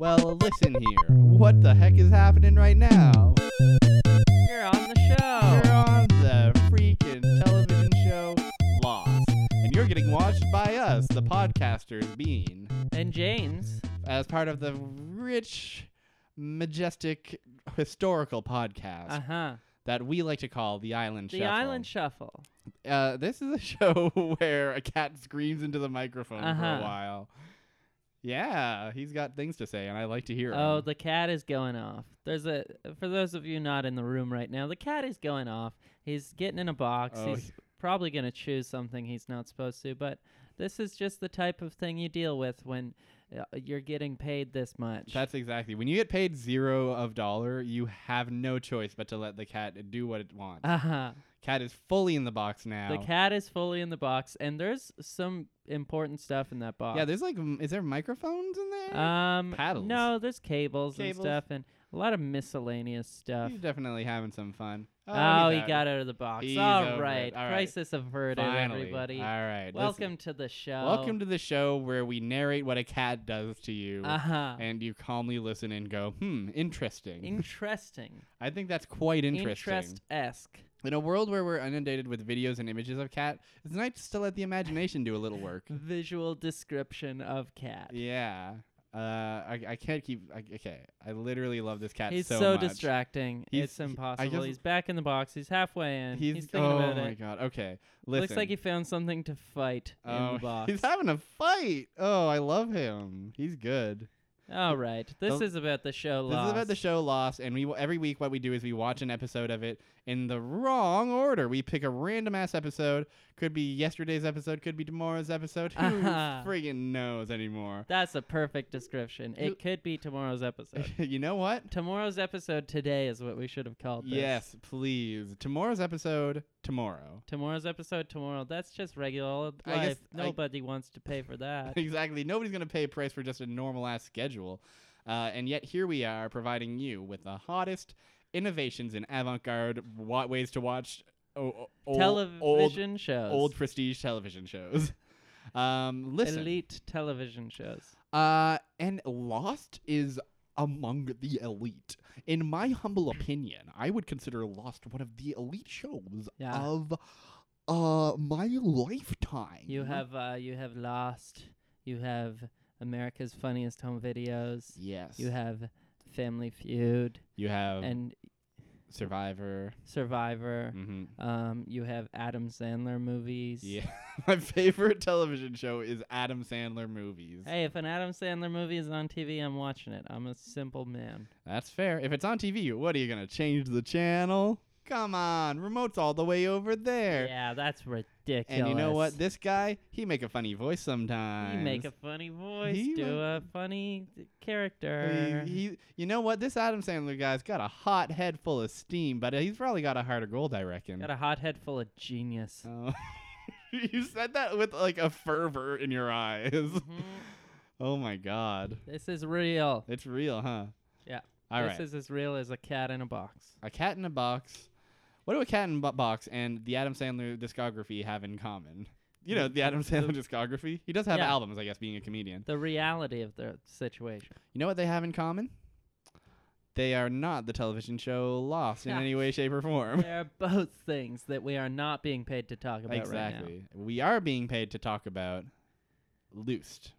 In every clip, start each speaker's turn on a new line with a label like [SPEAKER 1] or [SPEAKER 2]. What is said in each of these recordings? [SPEAKER 1] Well, listen here. What the heck is happening right now?
[SPEAKER 2] You're on the show.
[SPEAKER 1] You're on the freaking television show Lost, and you're getting watched by us, the podcasters, being
[SPEAKER 2] And James.
[SPEAKER 1] as part of the rich, majestic, historical podcast
[SPEAKER 2] Uh huh.
[SPEAKER 1] that we like to call the Island
[SPEAKER 2] The
[SPEAKER 1] Uh-huh. Shuffle.
[SPEAKER 2] Island Shuffle.
[SPEAKER 1] uh, this is a show where a cat screams into the microphone for
[SPEAKER 2] Uh-huh.
[SPEAKER 1] a while. Yeah, he's got things to say, and I like to hear
[SPEAKER 2] Oh,
[SPEAKER 1] him.
[SPEAKER 2] the cat is going off. There's a for those of you not in the room right now, the cat is going off. He's getting in a box.
[SPEAKER 1] Oh,
[SPEAKER 2] he's probably going to choose something he's not supposed to, but this is just the type of thing you deal with when uh, you're getting paid this much.
[SPEAKER 1] That's exactly. When you get paid zero of dollar, you have no choice but to let the cat do what it wants.
[SPEAKER 2] uh-huh.
[SPEAKER 1] cat is fully in the box now.
[SPEAKER 2] The cat is fully in the box and there's some important stuff in that box.
[SPEAKER 1] Yeah, there's like, m- is there microphones in there?
[SPEAKER 2] um
[SPEAKER 1] paddles.
[SPEAKER 2] No, there's cables,
[SPEAKER 1] Cables.
[SPEAKER 2] and stuff and a lot of miscellaneous stuff.
[SPEAKER 1] He's definitely having some fun.
[SPEAKER 2] Uh, Oh,
[SPEAKER 1] he's
[SPEAKER 2] he
[SPEAKER 1] out.
[SPEAKER 2] got out of the box.
[SPEAKER 1] He's
[SPEAKER 2] All
[SPEAKER 1] over
[SPEAKER 2] right.
[SPEAKER 1] it. All right.
[SPEAKER 2] Crisis averted,
[SPEAKER 1] Finally.
[SPEAKER 2] everybody.
[SPEAKER 1] All right.
[SPEAKER 2] Welcome to the show.
[SPEAKER 1] Listen, welcome to the show where we narrate what a cat does to you,
[SPEAKER 2] Uh huh.
[SPEAKER 1] and you calmly listen and go, hmm, interesting.
[SPEAKER 2] Interesting.
[SPEAKER 1] I think that's quite interesting.
[SPEAKER 2] Interest esque.
[SPEAKER 1] In a world where we're inundated with videos and images of cat, it's nice to let the imagination do a little work.
[SPEAKER 2] Visual description of cat.
[SPEAKER 1] yeah. Uh, I, I can't keep. I, okay, I literally love this cat
[SPEAKER 2] He's
[SPEAKER 1] so,
[SPEAKER 2] so,
[SPEAKER 1] much.
[SPEAKER 2] distracting.
[SPEAKER 1] He's-
[SPEAKER 2] it's
[SPEAKER 1] he- I
[SPEAKER 2] impossible.
[SPEAKER 1] guess-
[SPEAKER 2] he's back in the box. He's halfway in.
[SPEAKER 1] He's,
[SPEAKER 2] thinking
[SPEAKER 1] oh
[SPEAKER 2] about
[SPEAKER 1] my
[SPEAKER 2] it.
[SPEAKER 1] god. Okay, listen.
[SPEAKER 2] Looks like he found something to fight in
[SPEAKER 1] oh,
[SPEAKER 2] the box.
[SPEAKER 1] he's having a fight. Oh, I love him. He's good.
[SPEAKER 2] All right. This
[SPEAKER 1] The-
[SPEAKER 2] is about the show
[SPEAKER 1] This is about the
[SPEAKER 2] Lost.
[SPEAKER 1] show Lost, and we every week what we do is we watch an episode of it in the wrong order. We pick a random ass episode. Could be yesterday's episode. Could be tomorrow's episode. Who
[SPEAKER 2] Uh-huh.
[SPEAKER 1] friggin' knows anymore?
[SPEAKER 2] That's a perfect description.
[SPEAKER 1] You-
[SPEAKER 2] It could be tomorrow's episode.
[SPEAKER 1] you know what?
[SPEAKER 2] tomorrow's episode today is what we should have called this.
[SPEAKER 1] Yes, please. Tomorrow's episode tomorrow.
[SPEAKER 2] Tomorrow's episode tomorrow. That's just regular old
[SPEAKER 1] I guess-
[SPEAKER 2] life.
[SPEAKER 1] I-
[SPEAKER 2] Nobody wants to pay for that.
[SPEAKER 1] exactly. Nobody's gonna pay a price for just a normal ass schedule, uh, and yet here we are providing you with the hottest innovations in avant-garde wa- ways to watch o- o- old- old
[SPEAKER 2] television shows.
[SPEAKER 1] old prestige television shows. Um, listen,
[SPEAKER 2] elite television shows.
[SPEAKER 1] uh, and Lost is among the elite. In my humble opinion, I would consider Lost one of the elite shows
[SPEAKER 2] Yeah.
[SPEAKER 1] of uh my lifetime.
[SPEAKER 2] You have uh, you have Lost. You have America's Funniest Home Videos.
[SPEAKER 1] yes,
[SPEAKER 2] You have Family Feud
[SPEAKER 1] you have
[SPEAKER 2] and
[SPEAKER 1] Survivor.
[SPEAKER 2] Survivor.
[SPEAKER 1] hmm
[SPEAKER 2] Um, you have Adam Sandler movies.
[SPEAKER 1] Yeah, my favorite television show is Adam Sandler movies.
[SPEAKER 2] Hey, if an Adam Sandler movie is on TV, I'm watching it. I'm a simple man.
[SPEAKER 1] That's fair. If it's on TV, what are you gonna change the channel? Come on, remote's all the way over there.
[SPEAKER 2] Yeah, that's ridiculous.
[SPEAKER 1] And you know what? This guy, he make a funny voice sometimes.
[SPEAKER 2] You make a funny voice,
[SPEAKER 1] He
[SPEAKER 2] do
[SPEAKER 1] ma-
[SPEAKER 2] a funny d- character.
[SPEAKER 1] He, he- you know what? This Adam Sandler guy's got a hot head full of steam, but he's probably got a heart of gold, I reckon.
[SPEAKER 2] Got a hot head full of genius.
[SPEAKER 1] Oh. you said that with like a fervor in your eyes.
[SPEAKER 2] Mhm.
[SPEAKER 1] oh my god,
[SPEAKER 2] This is real.
[SPEAKER 1] it's real, huh?
[SPEAKER 2] Yeah.
[SPEAKER 1] All right.
[SPEAKER 2] this is as real as a cat in a box.
[SPEAKER 1] a cat in a box. What do a cat in a box and the Adam Sandler discography have in common? You know, the Adam Sandler discography. He does have
[SPEAKER 2] Yeah.
[SPEAKER 1] albums, I guess, being a comedian.
[SPEAKER 2] The reality of the situation.
[SPEAKER 1] You know what they have in common? They are not the television show Lost in
[SPEAKER 2] Yeah.
[SPEAKER 1] any way, shape, or form.
[SPEAKER 2] there are both things that we are not being paid to talk about right
[SPEAKER 1] exactly. We are being paid to talk about Loosed,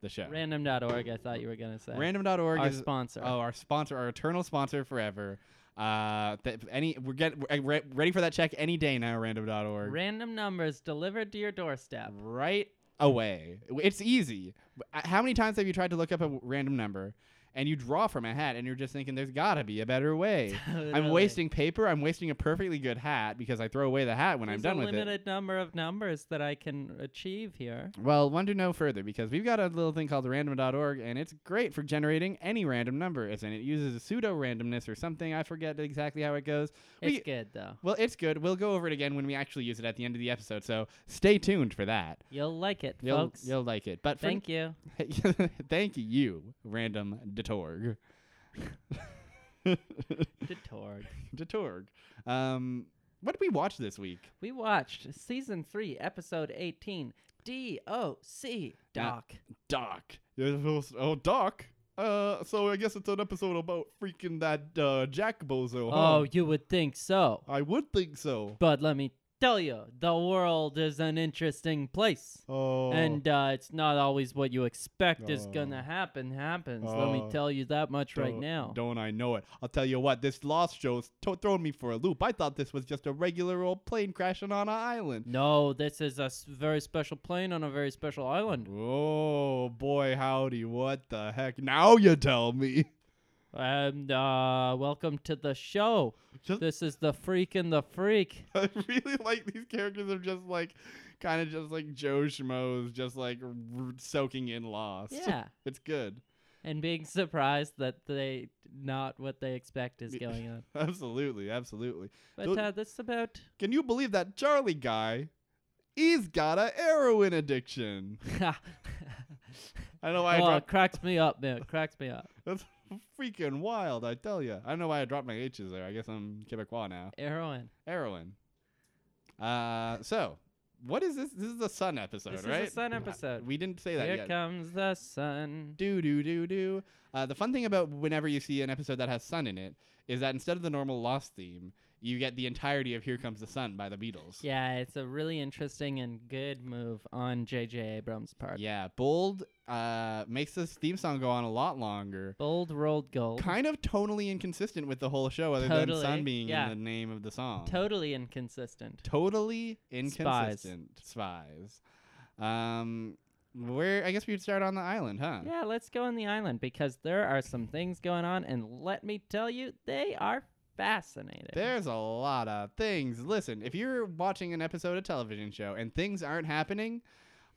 [SPEAKER 1] the show.
[SPEAKER 2] now. Random.org, I thought you were going to say.
[SPEAKER 1] Random.org
[SPEAKER 2] Our
[SPEAKER 1] is
[SPEAKER 2] sponsor.
[SPEAKER 1] oh our sponsor, our eternal sponsor forever. Uh, that any we're get we're, uh, re- ready for that check any day now. Random.org
[SPEAKER 2] Random numbers delivered to your doorstep.
[SPEAKER 1] right away. It's easy. Uh, How many times have you tried to look up a w- random number and you draw from a hat and you're just thinking there's got to be a better way. I'm
[SPEAKER 2] Literally.
[SPEAKER 1] wasting paper. I'm wasting a perfectly good hat because I throw away the hat when I'm
[SPEAKER 2] There's
[SPEAKER 1] done
[SPEAKER 2] a
[SPEAKER 1] with it.
[SPEAKER 2] limited number of numbers that I can achieve here.
[SPEAKER 1] Well, one to know further because we've got a little thing called random.org and it's great for generating any random number. It's, and it uses a pseudo randomness or something. I forget exactly how it goes. We-
[SPEAKER 2] It's good though.
[SPEAKER 1] well, it's good. We'll go over it again when we actually use it at the end of the episode. So stay tuned for that.
[SPEAKER 2] You'll like it,
[SPEAKER 1] You'll,
[SPEAKER 2] folks.
[SPEAKER 1] you'll like it. But for
[SPEAKER 2] Thank you.
[SPEAKER 1] Thank you, random Detorg.
[SPEAKER 2] Detorg.
[SPEAKER 1] Detorg. Um, what did we watch this week?
[SPEAKER 2] We watched season three, episode eighteen. D O C
[SPEAKER 1] Yeah.
[SPEAKER 2] Doc.
[SPEAKER 1] Doc. Oh, Doc. Uh, so I guess it's an episode about freaking that uh, Jack Bozo. Huh?
[SPEAKER 2] Oh, you would think so.
[SPEAKER 1] I would think so.
[SPEAKER 2] But let me tell you, the world is an interesting place.
[SPEAKER 1] Oh,
[SPEAKER 2] And uh, it's not always what you expect is
[SPEAKER 1] Oh.
[SPEAKER 2] gonna happen happens. Let me
[SPEAKER 1] Oh.
[SPEAKER 2] tell you that much right
[SPEAKER 1] don't-
[SPEAKER 2] now.
[SPEAKER 1] Don't I know it? I'll tell you what. This Lost show's to- throwing me for a loop. I thought this was just a regular old plane crashing on an island.
[SPEAKER 2] No, this is a s- very special plane on a very special island.
[SPEAKER 1] Oh boy, howdy! What the heck? Now you tell me.
[SPEAKER 2] And uh, welcome to the show.
[SPEAKER 1] Just,
[SPEAKER 2] This is the freak and the freak.
[SPEAKER 1] I really like these characters are just like, kind of just like Joe Schmoes, just like r- soaking in Lost.
[SPEAKER 2] Yeah.
[SPEAKER 1] it's good.
[SPEAKER 2] And being surprised that they not what they expect is
[SPEAKER 1] Yeah.
[SPEAKER 2] going on.
[SPEAKER 1] Absolutely, absolutely.
[SPEAKER 2] But
[SPEAKER 1] Don't-
[SPEAKER 2] uh, this is about
[SPEAKER 1] Can you believe that Charlie guy? He's got a heroin addiction. I know why I
[SPEAKER 2] oh, it
[SPEAKER 1] dropped.
[SPEAKER 2] cracks me up, man. It cracks me up.
[SPEAKER 1] That's freaking wild, I tell you. I don't know why I dropped my H's there. I guess I'm Quebecois now.
[SPEAKER 2] Heroin.
[SPEAKER 1] Heroin. Uh, so what is this? This is the sun episode,
[SPEAKER 2] This is a
[SPEAKER 1] right?
[SPEAKER 2] sun
[SPEAKER 1] Uh,
[SPEAKER 2] episode.
[SPEAKER 1] We didn't say that
[SPEAKER 2] Here
[SPEAKER 1] yet.
[SPEAKER 2] comes the sun.
[SPEAKER 1] do do do do. Uh, the fun thing about whenever you see an episode that has sun in it is that instead of the normal Lost theme, you get the entirety of "Here Comes the Sun" by the Beatles.
[SPEAKER 2] Yeah, it's a really interesting and good move on J.J. Abrams' part.
[SPEAKER 1] Yeah, bold uh, makes this theme song go on a lot longer.
[SPEAKER 2] Bold rolled gold.
[SPEAKER 1] Kind of tonally inconsistent with the whole show, other
[SPEAKER 2] Totally,
[SPEAKER 1] than sun being
[SPEAKER 2] yeah.
[SPEAKER 1] in the name of the song.
[SPEAKER 2] totally inconsistent.
[SPEAKER 1] totally inconsistent spies. Um, where I guess we would start on the island, huh?
[SPEAKER 2] Yeah, let's go on the island because there are some things going on, and let me tell you, they are fascinating.
[SPEAKER 1] There's a lot of things. Listen, if you're watching an episode of television show and things aren't happening,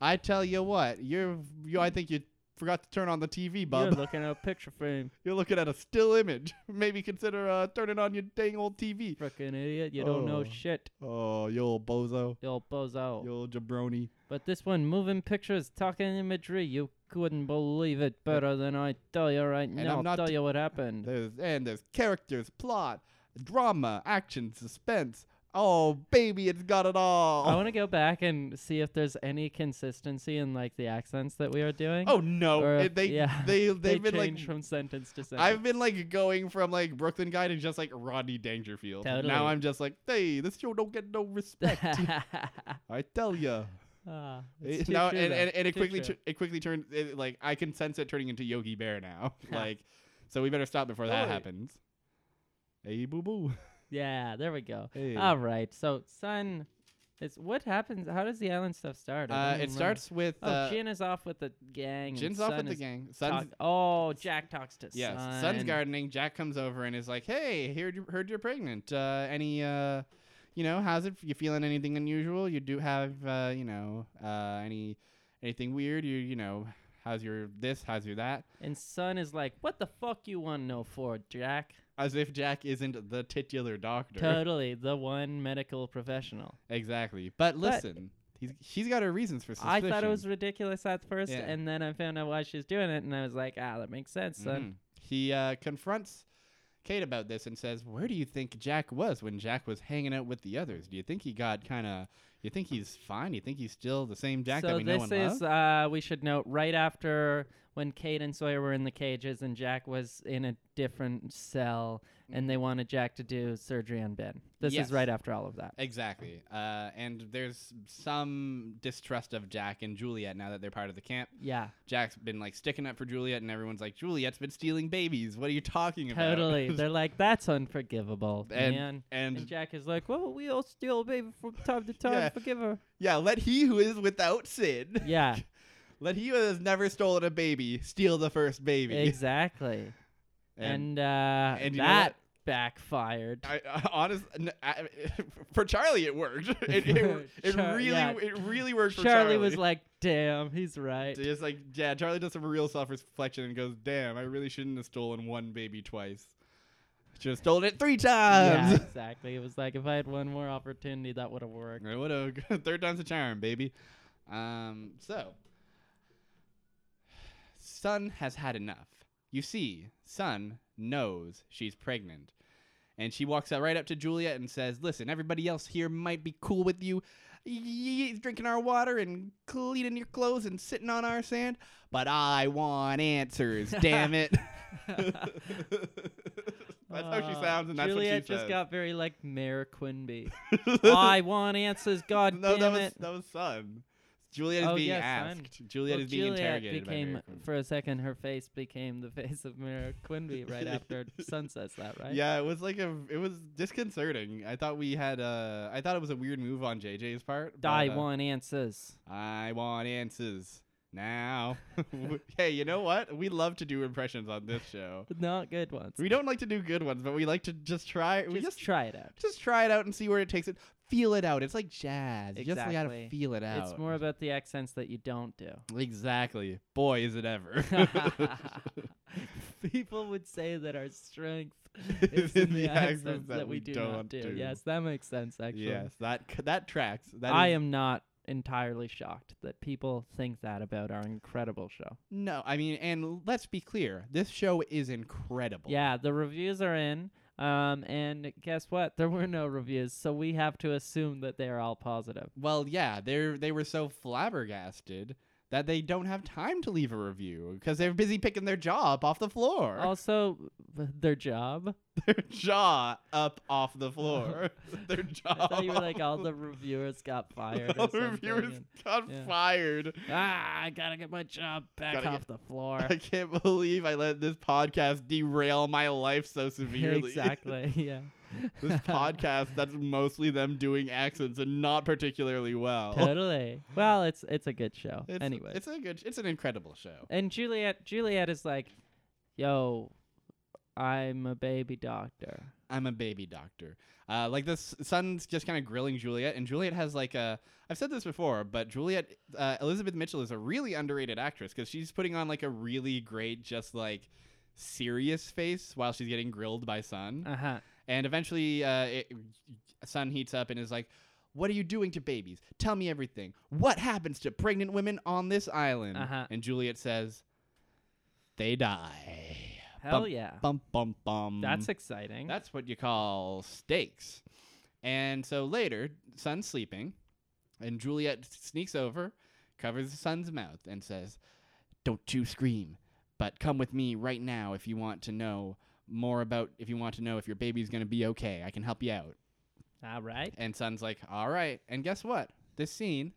[SPEAKER 1] I tell you what, you're you. I think you forgot to turn on the TV,
[SPEAKER 2] You're
[SPEAKER 1] bub.
[SPEAKER 2] looking at a picture frame,
[SPEAKER 1] you're looking at a still image. Maybe consider uh, turning on your dang old TV.
[SPEAKER 2] frickin' idiot. You don't
[SPEAKER 1] Oh.
[SPEAKER 2] know shit,
[SPEAKER 1] Oh, you old bozo,
[SPEAKER 2] you old bozo.
[SPEAKER 1] you old jabroni.
[SPEAKER 2] But this one, moving pictures, talking imagery, you couldn't believe it better than I tell you right
[SPEAKER 1] I'm
[SPEAKER 2] now. I'll
[SPEAKER 1] not
[SPEAKER 2] tell
[SPEAKER 1] t-
[SPEAKER 2] you what happened.
[SPEAKER 1] There's and there's characters, plot, drama, action, suspense. Oh baby, it's got it all.
[SPEAKER 2] I want to go back and see if there's any consistency in like the accents that we are doing.
[SPEAKER 1] oh no,
[SPEAKER 2] or
[SPEAKER 1] it-
[SPEAKER 2] if-
[SPEAKER 1] they,
[SPEAKER 2] yeah,
[SPEAKER 1] they they've
[SPEAKER 2] they
[SPEAKER 1] been
[SPEAKER 2] change
[SPEAKER 1] like
[SPEAKER 2] from sentence to sentence.
[SPEAKER 1] I've been like going from like Brooklyn guy to just like Rodney Dangerfield.
[SPEAKER 2] Totally.
[SPEAKER 1] Now I'm just like, hey, this show don't get no respect. I tell ya.
[SPEAKER 2] Ah, it's
[SPEAKER 1] It-
[SPEAKER 2] too
[SPEAKER 1] Eh, now
[SPEAKER 2] true,
[SPEAKER 1] and,
[SPEAKER 2] though.
[SPEAKER 1] and, and it
[SPEAKER 2] Too
[SPEAKER 1] quickly
[SPEAKER 2] true.
[SPEAKER 1] tu- it quickly turned it, like I can sense it turning into Yogi Bear now. like, so we better stop before that
[SPEAKER 2] Oi.
[SPEAKER 1] happens. Hey boo boo.
[SPEAKER 2] yeah, there we go.
[SPEAKER 1] Hey.
[SPEAKER 2] All right, so sun. It's what happens. How does the island stuff start? I
[SPEAKER 1] Uh,
[SPEAKER 2] don't
[SPEAKER 1] it
[SPEAKER 2] even
[SPEAKER 1] starts with
[SPEAKER 2] remember.
[SPEAKER 1] uh,
[SPEAKER 2] oh, Jin is off with the gang. and
[SPEAKER 1] Jin's off
[SPEAKER 2] Sun
[SPEAKER 1] with the
[SPEAKER 2] is
[SPEAKER 1] gang.
[SPEAKER 2] talk-
[SPEAKER 1] Sun's
[SPEAKER 2] oh, Jack talks to
[SPEAKER 1] Yes,
[SPEAKER 2] Sun.
[SPEAKER 1] Sun's gardening. Jack comes over and is like, "Hey, heard you, heard you're pregnant. Uh, any, uh, you know, how's it? You feeling anything unusual? You do have, uh, you know, uh, any, anything weird? You, you know, how's your this? How's your that?
[SPEAKER 2] And Son is like, "What the fuck you want to know for, Jack?"
[SPEAKER 1] As if Jack isn't the titular doctor.
[SPEAKER 2] Totally, the one medical professional.
[SPEAKER 1] exactly. But listen, he's she's got her reasons for suspicion.
[SPEAKER 2] I thought it was ridiculous at first,
[SPEAKER 1] Yeah.
[SPEAKER 2] and then I found out why she's doing it, and I was like, "Ah, that makes sense, Son."
[SPEAKER 1] Mhm. He uh, confronts Kate about this and says, "Where do you think Jack was when Jack was hanging out with the others? Do you think he got kind of? You think he's fine? You think he's still the same Jack that
[SPEAKER 2] so
[SPEAKER 1] we know
[SPEAKER 2] this
[SPEAKER 1] and
[SPEAKER 2] is
[SPEAKER 1] love?"
[SPEAKER 2] uh, we should note right after when Kate and Sawyer were in the cages, and Jack was in a different cell, and they wanted Jack to do surgery on Ben. This
[SPEAKER 1] Mm-hmm. Yes.
[SPEAKER 2] is right after all of that.
[SPEAKER 1] Exactly. Uh, and there's some distrust of Jack and Juliet now that they're part of the camp.
[SPEAKER 2] Yeah,
[SPEAKER 1] Jack's been like sticking up for Juliet, and everyone's like, "Juliet's been stealing babies. What are you talking about?"
[SPEAKER 2] totally. They're like, "That's unforgivable, man."
[SPEAKER 1] and, and
[SPEAKER 2] And Jack is like, "Well, we all steal a baby from time to time.
[SPEAKER 1] Yeah.
[SPEAKER 2] Forgive her."
[SPEAKER 1] yeah, let he who is without sin,
[SPEAKER 2] Yeah.
[SPEAKER 1] let he who has never stolen a baby steal the first baby.
[SPEAKER 2] Exactly. And, uh,
[SPEAKER 1] and you know
[SPEAKER 2] that backfired.
[SPEAKER 1] I, I honest, n- I- for Charlie it worked. It, it, it
[SPEAKER 2] Char-
[SPEAKER 1] really
[SPEAKER 2] yeah.
[SPEAKER 1] it really worked for
[SPEAKER 2] Charlie,
[SPEAKER 1] Charlie.
[SPEAKER 2] was like, damn, he's right.
[SPEAKER 1] it's like yeah, Charlie does some real self reflection and goes, "Damn, I really shouldn't have stolen one baby twice. Should have stolen it three
[SPEAKER 2] Yeah,
[SPEAKER 1] times.
[SPEAKER 2] exactly. It was like, if I had one more opportunity, that would have worked.
[SPEAKER 1] What a third time's a charm, baby. Um, so Sun has had enough. You see, Sun knows she's pregnant, And she walks out right up to Juliet and says, "Listen, everybody else here might be cool with you y- y- drinking our water and cleaning your clothes and sitting on our sand, but I want answers. damn it!" that's how she
[SPEAKER 2] Uh,
[SPEAKER 1] sounds, and that's
[SPEAKER 2] Juliet
[SPEAKER 1] what she
[SPEAKER 2] just
[SPEAKER 1] says.
[SPEAKER 2] got very like Mayor Quimby. I want answers. God
[SPEAKER 1] no, that
[SPEAKER 2] damn
[SPEAKER 1] was
[SPEAKER 2] it.
[SPEAKER 1] that was son. Juliet is
[SPEAKER 2] Oh,
[SPEAKER 1] being
[SPEAKER 2] yes, son.
[SPEAKER 1] asked. Juliet
[SPEAKER 2] Well,
[SPEAKER 1] is being
[SPEAKER 2] Juliet
[SPEAKER 1] interrogated. by
[SPEAKER 2] became
[SPEAKER 1] Mary Queen.
[SPEAKER 2] for a second her face became the face of Mayor Quimby right after Sun says that, right?
[SPEAKER 1] Yeah, it was like a it was disconcerting. I thought we had uh I thought it was a weird move on JJ's part. but,
[SPEAKER 2] I
[SPEAKER 1] uh,
[SPEAKER 2] want answers.
[SPEAKER 1] I want answers now. hey, you know what? We love to do impressions on this show.
[SPEAKER 2] Not good ones.
[SPEAKER 1] We don't like to do good ones, but we like to just try we
[SPEAKER 2] just,
[SPEAKER 1] just
[SPEAKER 2] try it out.
[SPEAKER 1] just try it out and see where it takes it. Feel it out. It's like jazz. You just gotta
[SPEAKER 2] Exactly.
[SPEAKER 1] feel it out.
[SPEAKER 2] It's more about the accents that you don't do.
[SPEAKER 1] Exactly. Boy is it ever.
[SPEAKER 2] People would say that our strength
[SPEAKER 1] It's
[SPEAKER 2] is in the, accents, that, we, do
[SPEAKER 1] don't
[SPEAKER 2] not do.
[SPEAKER 1] do.
[SPEAKER 2] Yes, that makes sense actually.
[SPEAKER 1] yes, that c- that tracks. That
[SPEAKER 2] I
[SPEAKER 1] is-
[SPEAKER 2] am not entirely shocked that people think that about our incredible show.
[SPEAKER 1] No, I mean, and let's be clear, this show is incredible.
[SPEAKER 2] Yeah, the reviews are in. Um, and guess what? There were no reviews, so we have to assume that they are all positive.
[SPEAKER 1] Well, yeah, they are they were so flabbergasted that they don't have time to leave a review because they're busy picking their jaw up off the floor.
[SPEAKER 2] Oh. Also, their job.
[SPEAKER 1] their jaw up off the floor. their jaw.
[SPEAKER 2] I thought you were
[SPEAKER 1] off
[SPEAKER 2] like all the
[SPEAKER 1] the
[SPEAKER 2] reviewers got fired.
[SPEAKER 1] all
[SPEAKER 2] or
[SPEAKER 1] the
[SPEAKER 2] something
[SPEAKER 1] reviewers
[SPEAKER 2] and,
[SPEAKER 1] got
[SPEAKER 2] yeah.
[SPEAKER 1] fired.
[SPEAKER 2] ah, I gotta get my job back
[SPEAKER 1] Gotta get-
[SPEAKER 2] off the floor.
[SPEAKER 1] I can't believe I let this podcast derail my life so severely.
[SPEAKER 2] exactly. Yeah.
[SPEAKER 1] this podcast that's mostly them doing accents and not particularly well.
[SPEAKER 2] totally. Well, it's it's a good show.
[SPEAKER 1] Oh. It's,
[SPEAKER 2] anyway.
[SPEAKER 1] it's a good. It's an incredible show.
[SPEAKER 2] And Juliet Juliet is like, "Yo, I'm a baby doctor."
[SPEAKER 1] I'm a baby doctor. Uh, like this, son's just kind of grilling Juliet, and Juliet has like a. I've said this before, but Juliet uh, Elizabeth Mitchell is a really underrated actress because she's putting on like a really great, just like serious face while she's getting grilled by Sun,
[SPEAKER 2] Uh-huh.
[SPEAKER 1] and eventually uh, it, Sun heats up and is like. What are you doing to babies? Tell me everything. What happens to pregnant women on this island?
[SPEAKER 2] Uh-huh.
[SPEAKER 1] And Juliet says, "They die."
[SPEAKER 2] Hell
[SPEAKER 1] Bum-
[SPEAKER 2] yeah.
[SPEAKER 1] Bum bum bum.
[SPEAKER 2] That's exciting.
[SPEAKER 1] That's what you call stakes. And so later, Sun's sleeping, and Juliet sneaks over, covers the Sun's mouth, and says, Don't you scream, but come with me right now if you want to know more about, if you want to know if your baby's going to be okay. I can help you out.
[SPEAKER 2] All right.
[SPEAKER 1] And Sun's like, All right. And guess what? This scene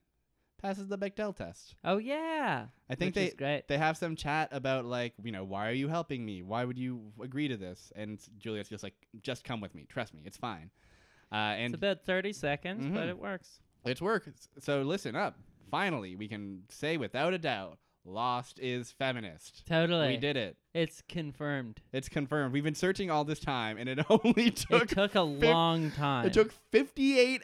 [SPEAKER 1] passes the Bechdel test.
[SPEAKER 2] Oh yeah.
[SPEAKER 1] I think
[SPEAKER 2] Which
[SPEAKER 1] they
[SPEAKER 2] is great.
[SPEAKER 1] they have some chat about like you know why are you helping me why would you agree to this and s- juliet's just like just come with me trust me it's fine uh, and
[SPEAKER 2] It's
[SPEAKER 1] it's,
[SPEAKER 2] about 30 seconds, but
[SPEAKER 1] Mhm.
[SPEAKER 2] it works.
[SPEAKER 1] work so listen up finally we can say without a doubt lost is feminist
[SPEAKER 2] Totally.
[SPEAKER 1] we did it
[SPEAKER 2] It's confirmed.
[SPEAKER 1] it's confirmed we've been searching all this time and it only took
[SPEAKER 2] it took a long time.
[SPEAKER 1] it took 58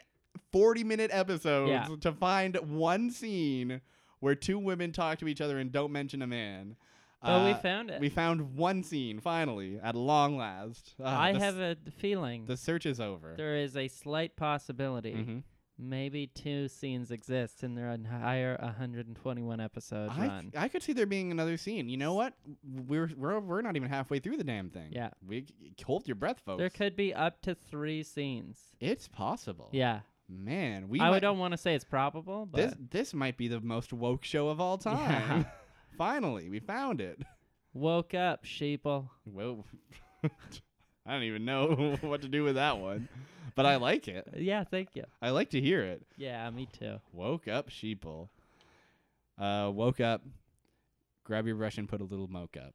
[SPEAKER 1] 40 minute episodes
[SPEAKER 2] Yeah.
[SPEAKER 1] to find one scene where two women talk to each other and don't mention a man
[SPEAKER 2] but we
[SPEAKER 1] Uh,
[SPEAKER 2] found it.
[SPEAKER 1] We found one scene finally at long last. Ah,
[SPEAKER 2] I
[SPEAKER 1] the s-
[SPEAKER 2] have a d- feeling
[SPEAKER 1] the search is over.
[SPEAKER 2] there is a slight possibility
[SPEAKER 1] Mhm.
[SPEAKER 2] maybe two scenes exist in their entire 121 episode
[SPEAKER 1] I,
[SPEAKER 2] run.
[SPEAKER 1] I could see there being another scene. You know what? We're we're we're not even halfway through the damn thing.
[SPEAKER 2] Yeah.
[SPEAKER 1] we c- hold your breath, folks.
[SPEAKER 2] There could be up to three scenes.
[SPEAKER 1] it's possible.
[SPEAKER 2] Yeah.
[SPEAKER 1] man, we
[SPEAKER 2] I
[SPEAKER 1] might,
[SPEAKER 2] don't want to say it's probable, but
[SPEAKER 1] this this might be the most woke show of all time. finally, we found it.
[SPEAKER 2] woke up, sheeple.
[SPEAKER 1] Well, I don't even know what to do with that one, but I like it.
[SPEAKER 2] Yeah, thank you.
[SPEAKER 1] I like to hear it.
[SPEAKER 2] Yeah, me too.
[SPEAKER 1] Woke up sheeple. Uh, woke up. Grab your brush and put a little moke up.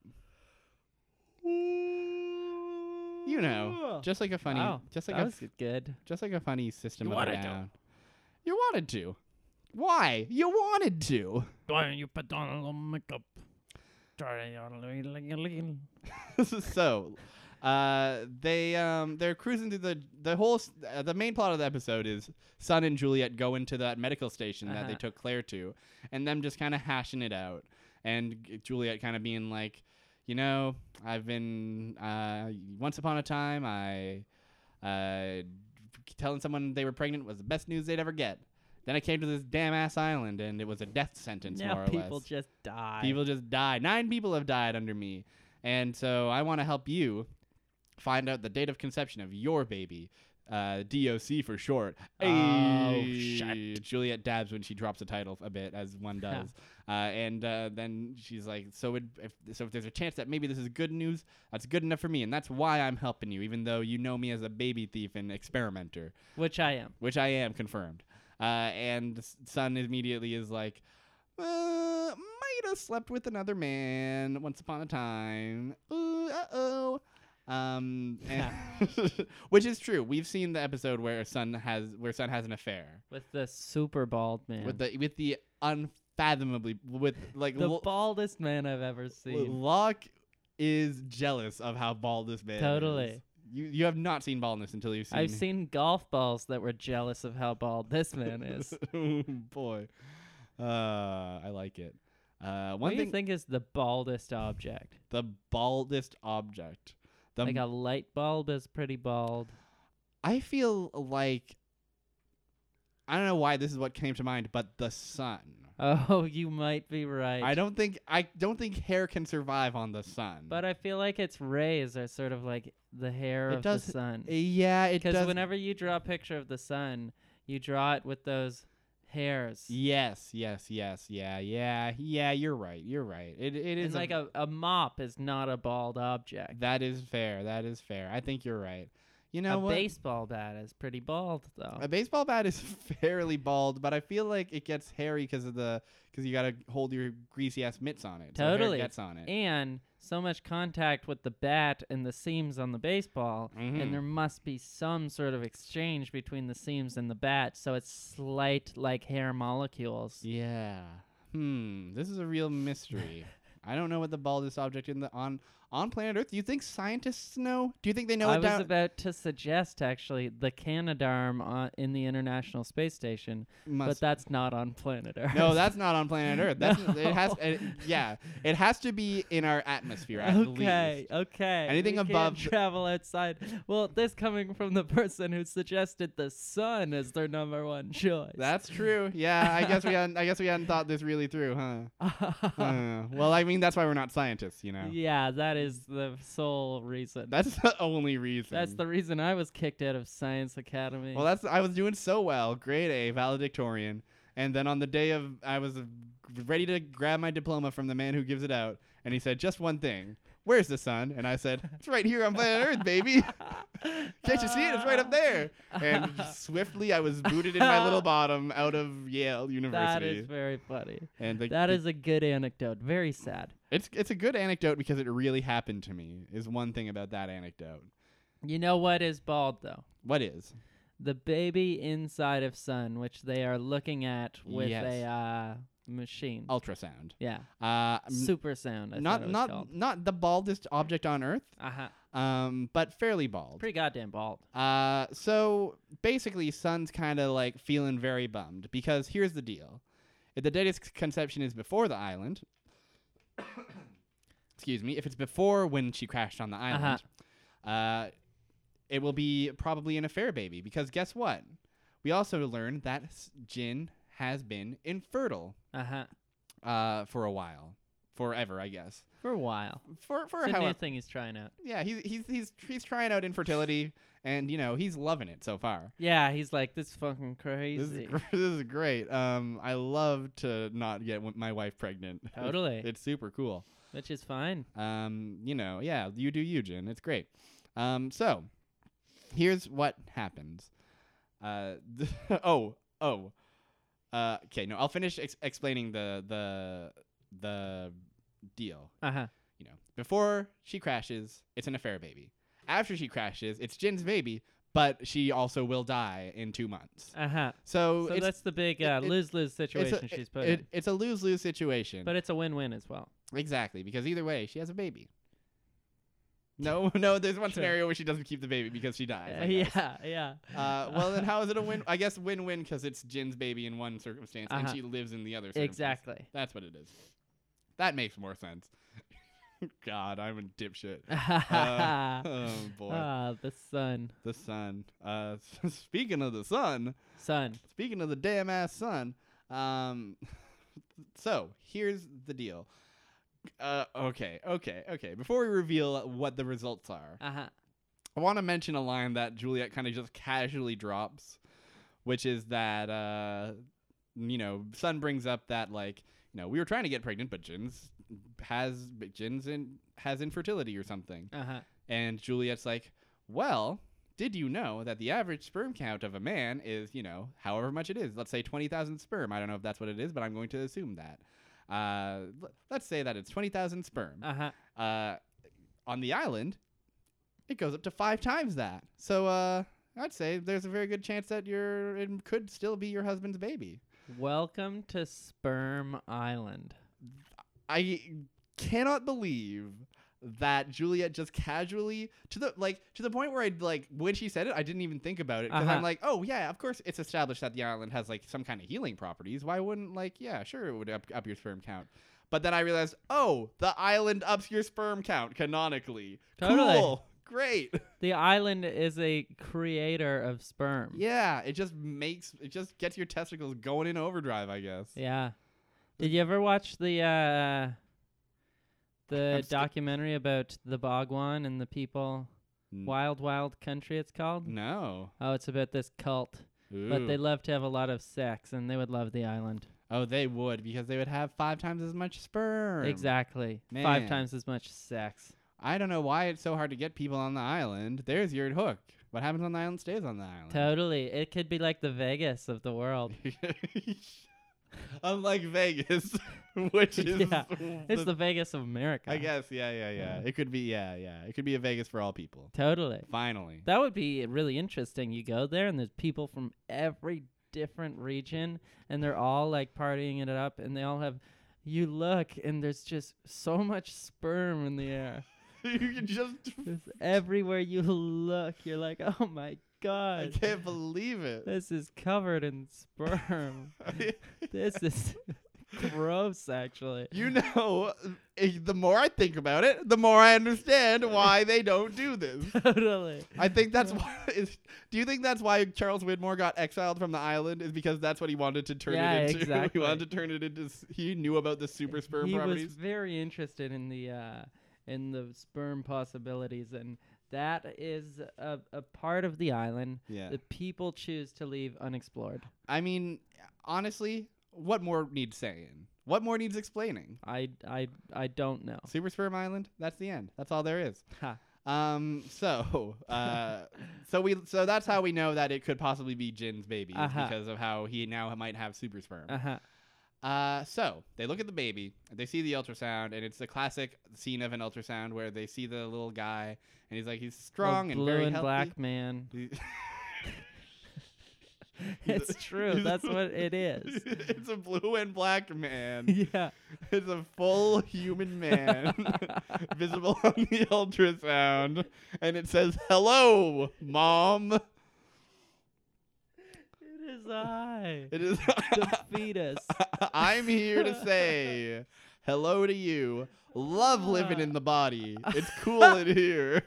[SPEAKER 1] You know, just like a funny,
[SPEAKER 2] Wow,
[SPEAKER 1] just like
[SPEAKER 2] that
[SPEAKER 1] a,
[SPEAKER 2] was good.
[SPEAKER 1] just like a funny system
[SPEAKER 2] You
[SPEAKER 1] of a
[SPEAKER 2] wanted to.
[SPEAKER 1] down. You wanted to. Why? You wanted to.
[SPEAKER 2] Why don't you put on a little makeup? Try on a little- little- little.
[SPEAKER 1] so, uh, they um, they're cruising through the the whole s- uh, the main plot of the episode is Son and Juliet go into that medical station that they
[SPEAKER 2] Uh-huh.
[SPEAKER 1] took Claire to, and them just kind of hashing it out, and G- Juliet kind of being like, you know, I've been uh, once upon a time I uh, telling someone they were pregnant was the best news they'd ever get. Then I came to this damn ass island, and it was a death sentence, more
[SPEAKER 2] Now
[SPEAKER 1] or
[SPEAKER 2] people
[SPEAKER 1] less.
[SPEAKER 2] just die.
[SPEAKER 1] People just die. Nine people have died under me. And so I want to help you Find out the date of conception of your baby. Uh, DOC for short.
[SPEAKER 2] Oh,
[SPEAKER 1] Ayy.
[SPEAKER 2] shit.
[SPEAKER 1] Juliet dabs when she drops the title a bit, as one
[SPEAKER 2] Yeah.
[SPEAKER 1] does. Uh, and uh, then she's like, "So it, if so, if there's a chance that maybe this is good news, that's good enough for me, and that's why I'm helping you, even though you know me as a baby thief and experimenter,
[SPEAKER 2] which I am.
[SPEAKER 1] which I am confirmed." Uh, and S- Sun immediately is like, uh, "Might have slept with another man once upon a time. Ooh, uh oh." Um, and- which is true. We've seen the episode where Sun has where Sun has an affair
[SPEAKER 2] With the super bald man.
[SPEAKER 1] with the with the unfathomably with like
[SPEAKER 2] The
[SPEAKER 1] Lo-
[SPEAKER 2] baldest man I've ever seen.
[SPEAKER 1] Locke is jealous of how bald this man
[SPEAKER 2] Totally.
[SPEAKER 1] is. You you have not seen baldness until you've seen.
[SPEAKER 2] I've seen golf balls that were jealous of how bald this man is.
[SPEAKER 1] oh boy, uh, I like it. Uh,
[SPEAKER 2] what
[SPEAKER 1] one
[SPEAKER 2] do
[SPEAKER 1] thing,
[SPEAKER 2] you think is the baldest object?
[SPEAKER 1] the baldest object. The
[SPEAKER 2] like a light bulb is pretty bald.
[SPEAKER 1] I feel like I don't know why this is what came to mind, but the sun.
[SPEAKER 2] Oh, you might be right.
[SPEAKER 1] I don't think I don't think hair can survive on the sun.
[SPEAKER 2] But uh, I feel like its rays are sort of like the hair
[SPEAKER 1] It
[SPEAKER 2] of
[SPEAKER 1] does-
[SPEAKER 2] the sun.
[SPEAKER 1] Uh, yeah, it
[SPEAKER 2] Because
[SPEAKER 1] does.
[SPEAKER 2] whenever you draw a picture of the sun, you draw it with those hairs.
[SPEAKER 1] Yes, yes, yes, yeah, yeah, yeah. You're right. You're right. It it
[SPEAKER 2] and
[SPEAKER 1] is
[SPEAKER 2] like a, a mop is not a bald object.
[SPEAKER 1] that is fair. That is fair. I think you're right. You know
[SPEAKER 2] a
[SPEAKER 1] what?
[SPEAKER 2] baseball bat is pretty bald though.
[SPEAKER 1] a baseball bat is fairly bald, but I feel like it gets hairy because of the because you gotta hold your greasy ass mitts on it. so hair
[SPEAKER 2] Totally.
[SPEAKER 1] gets on it.
[SPEAKER 2] and so much contact with the bat and the seams on the baseball
[SPEAKER 1] Mhm.
[SPEAKER 2] and there must be some sort of exchange between the seams and the bat so it's slight like hair molecules
[SPEAKER 1] Yeah. Hmm. This is a real mystery. I don't know what the baldest object in the on on planet Earth. Do you think scientists know? Do you think they know
[SPEAKER 2] i
[SPEAKER 1] it
[SPEAKER 2] was
[SPEAKER 1] down?
[SPEAKER 2] about to suggest actually the canadarm on, in the international space station but
[SPEAKER 1] Must-
[SPEAKER 2] that's not on planet earth
[SPEAKER 1] No, that's not on planet Earth. That's it has
[SPEAKER 2] No.
[SPEAKER 1] it, yeah, it has to be in our atmosphere at
[SPEAKER 2] okay
[SPEAKER 1] least.
[SPEAKER 2] okay
[SPEAKER 1] Anything
[SPEAKER 2] we can't
[SPEAKER 1] above the-
[SPEAKER 2] travel outside well this coming from the person who suggested the sun as their number one choice
[SPEAKER 1] That's true. Yeah, I guess we hadn't I guess we hadn't thought this really through, huh? Uh, well, I mean that's why we're not scientists, you know.
[SPEAKER 2] Yeah, that is the sole reason.
[SPEAKER 1] That's the only reason.
[SPEAKER 2] That's the reason I was kicked out of Science Academy.
[SPEAKER 1] Well, that's I was doing so well, grade A, valedictorian, and then on the day of I was uh, ready to grab my diploma from the man who gives it out, and he said just one thing. Where's the sun? And I said, It's right here on planet Earth, baby. Can't you see it? It's right up there. And swiftly, I was booted in my little bottom out of Yale
[SPEAKER 2] That
[SPEAKER 1] University.
[SPEAKER 2] is very funny.
[SPEAKER 1] and the,
[SPEAKER 2] That is a good anecdote. Very sad.
[SPEAKER 1] it's it's a good anecdote because it really happened to me. Is one thing about that anecdote.
[SPEAKER 2] You know what is bald though?
[SPEAKER 1] What is?
[SPEAKER 2] The baby inside of Sun, which they are looking at with
[SPEAKER 1] Yes.
[SPEAKER 2] a uh, machine.
[SPEAKER 1] Ultrasound.
[SPEAKER 2] Yeah,
[SPEAKER 1] Uh, m-
[SPEAKER 2] super sound. I
[SPEAKER 1] not not not the baldest object on Earth,
[SPEAKER 2] Uh huh.
[SPEAKER 1] um, but fairly bald.
[SPEAKER 2] Pretty goddamn bald.
[SPEAKER 1] Uh, so basically, Sun's kind of like feeling very bummed because here's the deal: if the data's conception is before the island, excuse me, if it's before when she crashed on the
[SPEAKER 2] Uh-huh.
[SPEAKER 1] island, uh it will be probably an affair baby because guess what? We also learned that S- Jin has been infertile
[SPEAKER 2] Uh huh.
[SPEAKER 1] uh, for a while, forever, I guess.
[SPEAKER 2] For a while.
[SPEAKER 1] For for
[SPEAKER 2] It's a
[SPEAKER 1] how
[SPEAKER 2] new thing he's trying out.
[SPEAKER 1] yeah, he's he's he's he's trying out infertility, and you know he's loving it so far.
[SPEAKER 2] Yeah, he's like this is fucking
[SPEAKER 1] This is,
[SPEAKER 2] crazy.
[SPEAKER 1] gr- this is great. Um, I love to not get w- my wife pregnant.
[SPEAKER 2] Totally.
[SPEAKER 1] it's super cool.
[SPEAKER 2] Which is fine.
[SPEAKER 1] Um, you know, yeah, you do you, Jin. It's great. Um, so here's what happens. Uh, th- oh, oh. Uh, okay, no, I'll finish ex- explaining the the the deal.
[SPEAKER 2] Uh huh.
[SPEAKER 1] You know, before she crashes, it's an affair baby. After she crashes, it's Jin's baby, but she also will die in two months.
[SPEAKER 2] Uh huh.
[SPEAKER 1] So,
[SPEAKER 2] So
[SPEAKER 1] it's
[SPEAKER 2] that's the big
[SPEAKER 1] it-
[SPEAKER 2] uh,
[SPEAKER 1] it-
[SPEAKER 2] lose lose
[SPEAKER 1] it's a-
[SPEAKER 2] situation she's put
[SPEAKER 1] it-
[SPEAKER 2] in.
[SPEAKER 1] It's a lose lose situation.
[SPEAKER 2] But it's a win win as well.
[SPEAKER 1] exactly, because either way, she has a baby. No, no, there's one
[SPEAKER 2] Sure.
[SPEAKER 1] scenario where she doesn't keep the baby because she dies.
[SPEAKER 2] Uh,
[SPEAKER 1] I guess.
[SPEAKER 2] yeah, yeah.
[SPEAKER 1] Uh, well, then how is it a win? I guess win win because it's Jin's baby in one circumstance and
[SPEAKER 2] Uh-huh.
[SPEAKER 1] she lives in the other circumstance.
[SPEAKER 2] exactly.
[SPEAKER 1] That's what it is. That makes more sense. God, I'm a dipshit.
[SPEAKER 2] Ah,
[SPEAKER 1] Oh, boy.
[SPEAKER 2] the sun,
[SPEAKER 1] the sun. Uh, speaking of the sun,
[SPEAKER 2] sun.
[SPEAKER 1] Speaking of the damn ass sun, um, so here's the deal. Uh, okay, okay, okay. Before we reveal what the results are,
[SPEAKER 2] Uh huh.
[SPEAKER 1] I want to mention a line that Juliet kind of just casually drops, which is that uh, you know, Sun brings up that like you know we were trying to get pregnant, but Jin's has but Jin's in has infertility or something,
[SPEAKER 2] Uh huh.
[SPEAKER 1] and Juliet's like, well. Did you know that the average sperm count of a man is, you know, however much it is? Let's say 20,000 sperm. I don't know if that's what it is, but I'm going to assume that. Uh, l- let's say that it's 20,000 sperm
[SPEAKER 2] Uh huh.
[SPEAKER 1] uh, on the island, it goes up to five times that. So uh, I'd say there's a very good chance that your it could still be your husband's baby.
[SPEAKER 2] Welcome to Sperm Island.
[SPEAKER 1] I cannot believe that Juliet just casually to the like to the point where I like when she said it, I didn't even think about it because
[SPEAKER 2] Uh-huh.
[SPEAKER 1] I'm like, oh yeah, of course it's established that the island has like some kind of healing properties. Why wouldn't like yeah, sure it would up, up your sperm count. But then I realized, oh, the island ups your sperm count canonically.
[SPEAKER 2] Totally.
[SPEAKER 1] Cool, great.
[SPEAKER 2] The island is a creator of sperm.
[SPEAKER 1] Yeah, it just makes it just gets your testicles going in overdrive, I guess.
[SPEAKER 2] Yeah. Did you ever watch the uh the
[SPEAKER 1] I'm sti-
[SPEAKER 2] documentary about the Bhagwan and the people?
[SPEAKER 1] N-
[SPEAKER 2] Wild Wild Country it's called?
[SPEAKER 1] No.
[SPEAKER 2] Oh, it's about this cult. But they
[SPEAKER 1] Ooh.
[SPEAKER 2] love to have a lot of sex and they would love the island.
[SPEAKER 1] oh, they would because they would have five times as much sperm.
[SPEAKER 2] Exactly.
[SPEAKER 1] Man.
[SPEAKER 2] Five times as much sex.
[SPEAKER 1] I don't know why it's so hard to get people on the island. There's your hook. What happens on the island stays on the island.
[SPEAKER 2] Totally. It could be like the Vegas of the world.
[SPEAKER 1] Unlike Vegas, which is
[SPEAKER 2] Yeah, It's
[SPEAKER 1] the-
[SPEAKER 2] the Vegas of America.
[SPEAKER 1] I guess yeah, yeah, yeah.
[SPEAKER 2] Yeah.
[SPEAKER 1] It could be yeah, yeah. It could be a Vegas for all people.
[SPEAKER 2] Totally.
[SPEAKER 1] Finally.
[SPEAKER 2] That would be really interesting. You go there and there's people from every different region and they're all like partying it up and they all have you look and there's just so much sperm in the air.
[SPEAKER 1] you can just
[SPEAKER 2] It's everywhere you look, you're like, "Oh my
[SPEAKER 1] I
[SPEAKER 2] god.
[SPEAKER 1] can't believe it.
[SPEAKER 2] This is covered in sperm. this is gross actually."
[SPEAKER 1] You know, eh, the more I think about it, the more I understand why they don't do this.
[SPEAKER 2] totally.
[SPEAKER 1] I think that's why. Is, do you think that's why Charles Widmore got exiled from the island? Is because that's what he wanted to turn
[SPEAKER 2] Yeah,
[SPEAKER 1] it into. He
[SPEAKER 2] exactly.
[SPEAKER 1] wanted to turn it into. s- He knew about the super sperm
[SPEAKER 2] he
[SPEAKER 1] properties.
[SPEAKER 2] was very interested in the uh, in the sperm possibilities, and that is a, a part of the island
[SPEAKER 1] yeah.
[SPEAKER 2] that people choose to leave unexplored.
[SPEAKER 1] I mean, honestly, what more needs saying? What more needs explaining?
[SPEAKER 2] I I I don't know.
[SPEAKER 1] Super sperm island. That's the end. That's all there is.
[SPEAKER 2] Ha.
[SPEAKER 1] Um. So. Uh. so we. So that's how we know that it could possibly be Jin's baby is
[SPEAKER 2] Uh-huh.
[SPEAKER 1] because of how he now might have super sperm.
[SPEAKER 2] Uh-huh.
[SPEAKER 1] Uh, so they look at the baby, they see the ultrasound, and it's the classic scene of an ultrasound where they see the little guy, and he's like, he's strong
[SPEAKER 2] Old
[SPEAKER 1] and
[SPEAKER 2] blue
[SPEAKER 1] very
[SPEAKER 2] and
[SPEAKER 1] healthy.
[SPEAKER 2] black man.
[SPEAKER 1] He- He's a-
[SPEAKER 2] it's true.
[SPEAKER 1] he's a-
[SPEAKER 2] That's what it is.
[SPEAKER 1] it's a blue and black man.
[SPEAKER 2] yeah.
[SPEAKER 1] It's a full human man visible on the ultrasound, and it says, "Hello, mom."
[SPEAKER 2] It is I.
[SPEAKER 1] It is.
[SPEAKER 2] the fetus.
[SPEAKER 1] I'm here to say hello to you. Love living in the body. It's cool in here.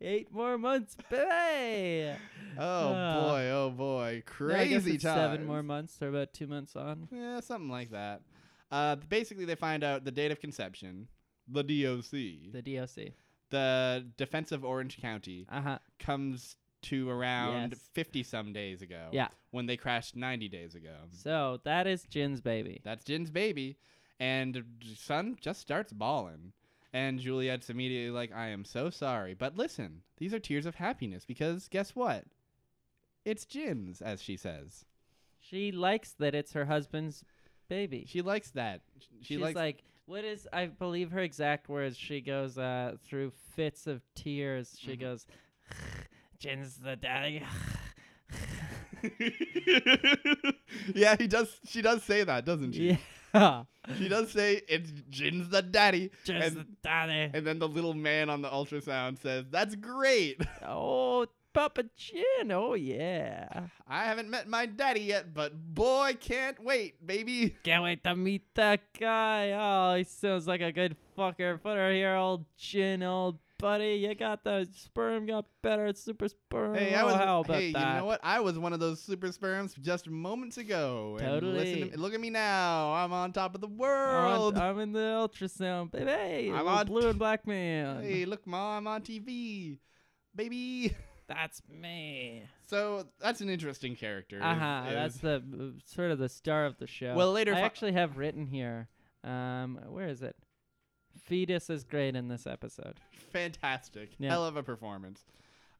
[SPEAKER 2] Eight more months, baby.
[SPEAKER 1] Oh
[SPEAKER 2] Ah.
[SPEAKER 1] boy, oh boy,
[SPEAKER 2] No, I guess
[SPEAKER 1] crazy
[SPEAKER 2] it's
[SPEAKER 1] time.
[SPEAKER 2] Seven more months or about two months on.
[SPEAKER 1] Yeah, something like that. Uh, basically, they find out the date of conception, the DOC,
[SPEAKER 2] The DOC.
[SPEAKER 1] the Defense of Orange County,
[SPEAKER 2] Uh huh.
[SPEAKER 1] comes to around
[SPEAKER 2] Yes.
[SPEAKER 1] fifty some days ago.
[SPEAKER 2] Yeah.
[SPEAKER 1] when they crashed ninety days ago.
[SPEAKER 2] So that is Jin's baby.
[SPEAKER 1] That's Jin's baby, and Sun just starts bawling. And Juliet's immediately like, "I am so sorry, but listen, these are tears of happiness because guess what? It's Jin's," as she says.
[SPEAKER 2] She likes that it's her husband's baby.
[SPEAKER 1] She likes that. Sh- She
[SPEAKER 2] She's
[SPEAKER 1] likes.
[SPEAKER 2] like, what is? I believe her exact words. She goes uh, through fits of tears. She
[SPEAKER 1] Mhm.
[SPEAKER 2] goes, Jin's the daddy.
[SPEAKER 1] yeah, he does. She does say that, doesn't she?
[SPEAKER 2] yeah,
[SPEAKER 1] She does say it's Jin's the daddy,
[SPEAKER 2] Jin's
[SPEAKER 1] And-
[SPEAKER 2] the daddy.
[SPEAKER 1] and then the little man on the ultrasound says, "That's great.
[SPEAKER 2] oh, Papa Jin. Oh yeah.
[SPEAKER 1] I haven't met my daddy yet, but boy, can't wait, baby."
[SPEAKER 2] Can't wait to meet that guy. Oh, he sounds like a good fucker. Put her here, old Jin, old buddy. You got the sperm, got better. It's super sperm.
[SPEAKER 1] Hey, I was.
[SPEAKER 2] oh, how about
[SPEAKER 1] hey,
[SPEAKER 2] that?
[SPEAKER 1] you know what? I was one of those super sperms just moments ago. and listen to
[SPEAKER 2] Totally.
[SPEAKER 1] me- look at me now. I'm on top of the
[SPEAKER 2] I'm on-
[SPEAKER 1] world.
[SPEAKER 2] I'm in the ultrasound, baby.
[SPEAKER 1] I'm
[SPEAKER 2] I'm
[SPEAKER 1] on
[SPEAKER 2] blue and black man.
[SPEAKER 1] hey, look, ma, I'm on TV. baby.
[SPEAKER 2] That's me.
[SPEAKER 1] So that's an interesting character. is-
[SPEAKER 2] Uh huh. That's
[SPEAKER 1] is-
[SPEAKER 2] the uh, sort of the star of the show.
[SPEAKER 1] Well, later
[SPEAKER 2] I
[SPEAKER 1] fi-
[SPEAKER 2] actually have written here. Um, where is it? Fetus is great in this episode.
[SPEAKER 1] fantastic.
[SPEAKER 2] Yeah.
[SPEAKER 1] Hell of a performance.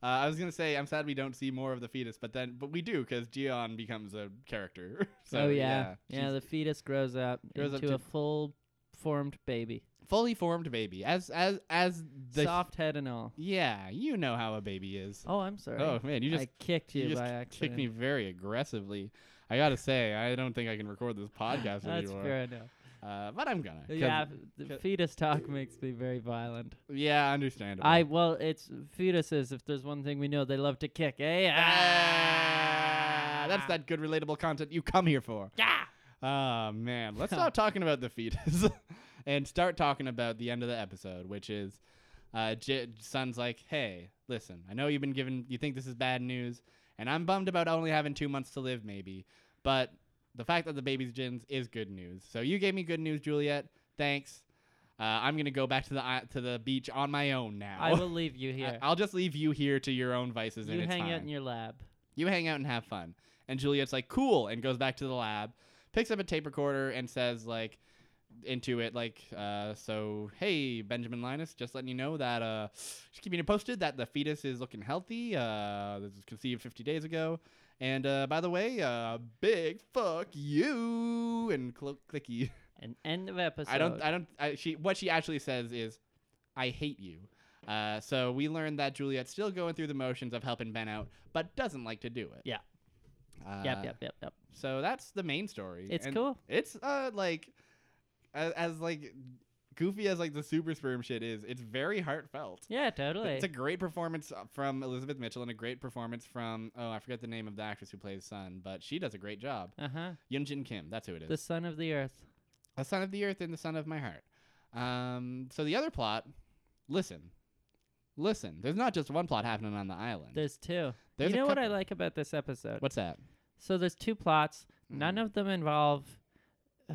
[SPEAKER 1] Uh, I was gonna say I'm sad we don't see more of the fetus, but then but we do because Dion becomes a character. so
[SPEAKER 2] oh yeah,
[SPEAKER 1] she's
[SPEAKER 2] yeah. The fetus grows up
[SPEAKER 1] Grows up
[SPEAKER 2] into
[SPEAKER 1] to-
[SPEAKER 2] a full formed baby,
[SPEAKER 1] fully formed baby as as as the
[SPEAKER 2] soft head and all.
[SPEAKER 1] yeah you know how a baby is.
[SPEAKER 2] Oh, I'm sorry.
[SPEAKER 1] Oh man, you just
[SPEAKER 2] I kicked you,
[SPEAKER 1] you just
[SPEAKER 2] by
[SPEAKER 1] k- kicked
[SPEAKER 2] accident.
[SPEAKER 1] me very aggressively. I gotta say, I don't think I can record this podcast
[SPEAKER 2] That's
[SPEAKER 1] anymore.
[SPEAKER 2] fair enough.
[SPEAKER 1] Uh, but I'm gonna. 'cause-
[SPEAKER 2] Yeah, the
[SPEAKER 1] 'cause-
[SPEAKER 2] fetus talk makes me very violent.
[SPEAKER 1] yeah, understandable.
[SPEAKER 2] I well, it's fetuses. If there's one thing we know, they love to kick. Eh, Hey,
[SPEAKER 1] Ah, that's that good relatable content you come here for.
[SPEAKER 2] Yeah.
[SPEAKER 1] Ah man, let's stop talking about the fetus and start talking about the end of the episode, which is uh, J- Son's like, "Hey, listen, I know you've been given. You think this is bad news, and I'm bummed about only having two months to live, maybe. But the fact that the baby's gins is good news. So you gave me good news, Juliet. Thanks. Uh, I'm gonna go back to the i to the beach on my own now.
[SPEAKER 2] I will leave you
[SPEAKER 1] I-
[SPEAKER 2] here.
[SPEAKER 1] I'll just leave you here to your own vices. and
[SPEAKER 2] you
[SPEAKER 1] it's
[SPEAKER 2] hang out
[SPEAKER 1] fine."
[SPEAKER 2] in your lab.
[SPEAKER 1] You hang out and have fun. And Juliet's like, cool, and goes back to the lab, picks up a tape recorder, and says, like, into it, like, uh, so, hey, Benjamin Linus, just letting you know that, uh, just keeping you posted that the fetus is looking healthy. Uh, this was conceived 50 days ago. And, uh, by the way, uh, big fuck you and cl- clicky.
[SPEAKER 2] An end of episode.
[SPEAKER 1] I don't, uh, I don't, I, she, what she actually says is, I hate you. Uh, so we learned that Juliet's still going through the motions of helping Ben out, but doesn't like to do it.
[SPEAKER 2] Yeah.
[SPEAKER 1] Uh,
[SPEAKER 2] yep, yep, yep, yep.
[SPEAKER 1] So that's the main story.
[SPEAKER 2] It's
[SPEAKER 1] And
[SPEAKER 2] cool.
[SPEAKER 1] It's uh like, as, as like goofy as like the super sperm shit is, it's very heartfelt.
[SPEAKER 2] Yeah, totally.
[SPEAKER 1] It's a great performance uh, from Elizabeth Mitchell and a great performance from oh I forget the name of the actress who plays Sun, but she does a great job.
[SPEAKER 2] uh huh.
[SPEAKER 1] Yunjin Kim, that's who it is.
[SPEAKER 2] The son of the earth.
[SPEAKER 1] a son of the earth and the son of my heart. Um, so the other plot, listen, listen. There's not just one plot happening on the island.
[SPEAKER 2] There's two.
[SPEAKER 1] There's
[SPEAKER 2] you
[SPEAKER 1] a
[SPEAKER 2] know what I
[SPEAKER 1] couple.
[SPEAKER 2] like about this episode?
[SPEAKER 1] What's that?
[SPEAKER 2] So there's two plots. None
[SPEAKER 1] Mm.
[SPEAKER 2] of them involve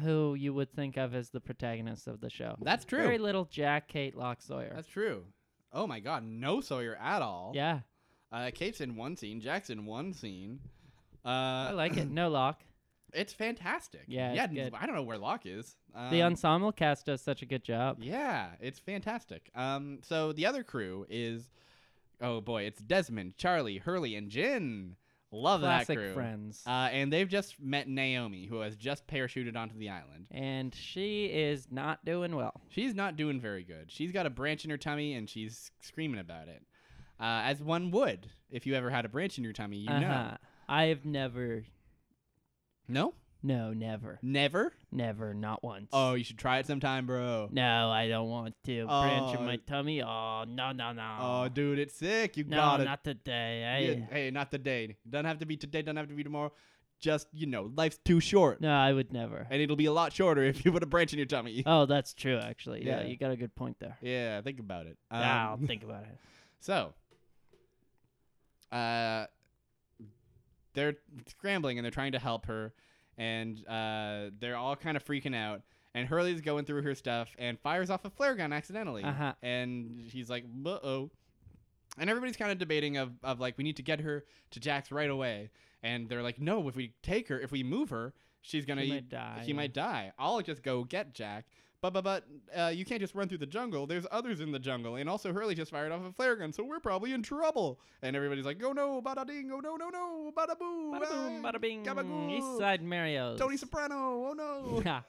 [SPEAKER 2] who you would think of as the protagonist of the show.
[SPEAKER 1] That's true.
[SPEAKER 2] Very little Jack, Kate, Locke, Sawyer.
[SPEAKER 1] That's true. Oh my God, no Sawyer at all.
[SPEAKER 2] yeah,
[SPEAKER 1] Uh, Kate's in one scene. Jack's in one scene. Uh,
[SPEAKER 2] I like it. No Locke.
[SPEAKER 1] It's fantastic.
[SPEAKER 2] Yeah,
[SPEAKER 1] yeah.
[SPEAKER 2] it's good.
[SPEAKER 1] I don't know where Locke is. Um,
[SPEAKER 2] the ensemble cast does such a good job.
[SPEAKER 1] Yeah, it's fantastic. Um, so the other crew is, oh boy, it's Desmond, Charlie, Hurley, and Jin. Love that
[SPEAKER 2] Classic
[SPEAKER 1] crew.
[SPEAKER 2] friends.
[SPEAKER 1] Uh, and they've just met Naomi, who has just parachuted onto the island.
[SPEAKER 2] and she is not doing well.
[SPEAKER 1] She's not doing very good. She's got a branch in her tummy and she's screaming about it. Uh, as one would if you ever had a branch in your tummy, you know.
[SPEAKER 2] Uh-huh. I've never,
[SPEAKER 1] No?
[SPEAKER 2] no, never,
[SPEAKER 1] Never?
[SPEAKER 2] never, not once.
[SPEAKER 1] Oh, you should try it sometime, bro.
[SPEAKER 2] No, I don't want to. Branch in
[SPEAKER 1] Oh.
[SPEAKER 2] my tummy. Oh, no, no, no.
[SPEAKER 1] Oh, dude, it's sick. You
[SPEAKER 2] no,
[SPEAKER 1] gotta.
[SPEAKER 2] not today. I,
[SPEAKER 1] Yeah, hey, not today. Doesn't have to be today. Doesn't have to be tomorrow. Just you know, life's too short,
[SPEAKER 2] No, I would never.
[SPEAKER 1] and it'll be a lot shorter if you put a branch in your tummy.
[SPEAKER 2] Oh, that's true, actually. Yeah,
[SPEAKER 1] Yeah.
[SPEAKER 2] you got a good point there.
[SPEAKER 1] Yeah, think about it.
[SPEAKER 2] Yeah, I'll
[SPEAKER 1] Um,
[SPEAKER 2] think about it.
[SPEAKER 1] So, uh, they're scrambling and they're trying to help her, and uh, they're all kind of freaking out. And Hurley's going through her stuff and fires off a flare gun accidentally,
[SPEAKER 2] Uh-huh.
[SPEAKER 1] and he's like, "Uh oh." And everybody's kind of debating of, of like we need to get her to Jack's right away, and they're like, "No, if we take her, if we move her, she's gonna
[SPEAKER 2] She
[SPEAKER 1] eat-
[SPEAKER 2] might die.
[SPEAKER 1] he might die. I'll just go get Jack. But but but uh, you can't just run through the jungle. There's others in the jungle, and also Hurley just fired off a flare gun, so we're probably in trouble. And everybody's like, "Oh no, bada ding, oh no no no, bada boo,
[SPEAKER 2] Bada boom,
[SPEAKER 1] ah,
[SPEAKER 2] bada bing.
[SPEAKER 1] gabagool,
[SPEAKER 2] East Side Mario's.
[SPEAKER 1] Tony Soprano, oh no.
[SPEAKER 2] Ha.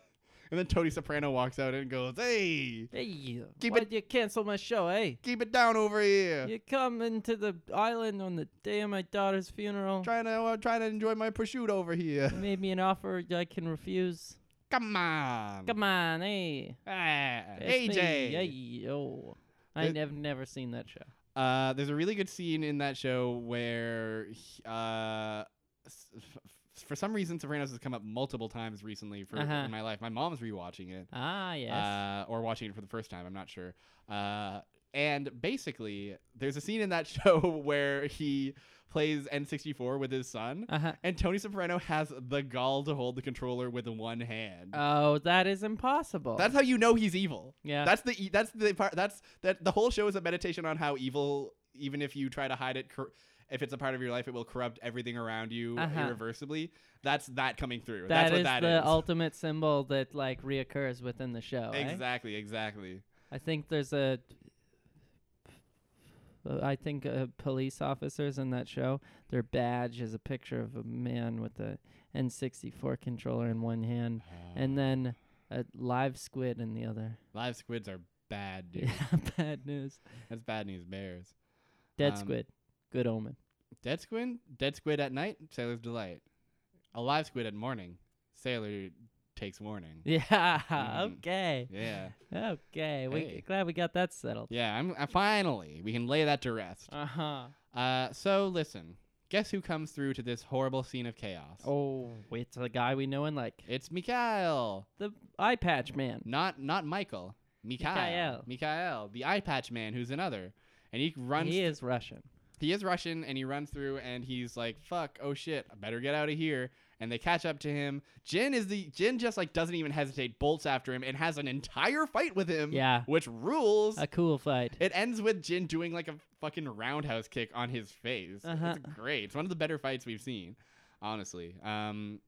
[SPEAKER 1] and then Tony Soprano walks out and goes, "Hey,
[SPEAKER 2] hey, you.
[SPEAKER 1] Keep
[SPEAKER 2] why
[SPEAKER 1] it-
[SPEAKER 2] did you cancel my show, eh?
[SPEAKER 1] keep it down over here.
[SPEAKER 2] You come into the island on the day of my daughter's funeral.
[SPEAKER 1] Trying to uh, trying to enjoy my prosciutto over here.
[SPEAKER 2] You made me an offer I can refuse.
[SPEAKER 1] Come on,
[SPEAKER 2] Come on, hey.
[SPEAKER 1] Ah,
[SPEAKER 2] It's
[SPEAKER 1] AJ.
[SPEAKER 2] Me. Hey, yo. I
[SPEAKER 1] It-
[SPEAKER 2] have never seen that show.
[SPEAKER 1] Uh, there's a really good scene in that show where, he- uh, s- f- f- for some reason, Sopranos has come up multiple times recently for
[SPEAKER 2] Uh-huh.
[SPEAKER 1] in my life. My mom's rewatching it,
[SPEAKER 2] Ah, yes.
[SPEAKER 1] uh, or watching it for the first time. I'm not sure. Uh, and basically, there's a scene in that show where he plays N64 with his son,
[SPEAKER 2] Uh-huh.
[SPEAKER 1] and Tony Soprano has the gall to hold the controller with one hand.
[SPEAKER 2] Oh, that is impossible.
[SPEAKER 1] that's how you know he's evil.
[SPEAKER 2] yeah.
[SPEAKER 1] That's the e- that's the part that's that the whole show is a meditation on how evil even if you try to hide it, cor- if it's a part of your life, it will corrupt everything around you
[SPEAKER 2] Uh-huh.
[SPEAKER 1] irreversibly. That's that coming through.
[SPEAKER 2] That
[SPEAKER 1] That's what
[SPEAKER 2] is
[SPEAKER 1] that is.
[SPEAKER 2] the ultimate symbol that like reoccurs within the show. eh?
[SPEAKER 1] exactly, exactly.
[SPEAKER 2] I think there's a. uh, I think uh, police officers in that show, their badge is a picture of a man with a N64 controller in one hand,
[SPEAKER 1] Uh-huh.
[SPEAKER 2] and then a live squid in the other.
[SPEAKER 1] live squids are bad, dude.
[SPEAKER 2] Yeah, bad news.
[SPEAKER 1] That's bad news bears.
[SPEAKER 2] Dead
[SPEAKER 1] Um,
[SPEAKER 2] squid. Good omen.
[SPEAKER 1] Dead squid, dead squid at night, sailor's delight. A live squid at morning, sailor takes warning.
[SPEAKER 2] Yeah.
[SPEAKER 1] Mhm.
[SPEAKER 2] Okay.
[SPEAKER 1] Yeah,
[SPEAKER 2] Okay. We
[SPEAKER 1] Hey.
[SPEAKER 2] glad we got that settled.
[SPEAKER 1] yeah. I'm I, finally we can lay that to rest.
[SPEAKER 2] Uh huh.
[SPEAKER 1] Uh, so listen, guess who comes through to this horrible scene of chaos?
[SPEAKER 2] Oh, it's a guy we know and like
[SPEAKER 1] it's Mikhail,
[SPEAKER 2] the eye patch man.
[SPEAKER 1] not not Michael. Mikhail,
[SPEAKER 2] Mikhail.
[SPEAKER 1] Mikhail, the eye patch man, who's another, and he runs.
[SPEAKER 2] He is Russian.
[SPEAKER 1] he is Russian and he runs through and he's like, "Fuck, oh shit, I better get out of here." And they catch up to him. Jin is the Jin just like doesn't even hesitate, bolts after him and has an entire fight with him.
[SPEAKER 2] Yeah.
[SPEAKER 1] which rules.
[SPEAKER 2] A cool fight.
[SPEAKER 1] it ends with Jin doing like a fucking roundhouse kick on his face.
[SPEAKER 2] Uh-huh.
[SPEAKER 1] It's great. It's one of the better fights we've seen, honestly. Um,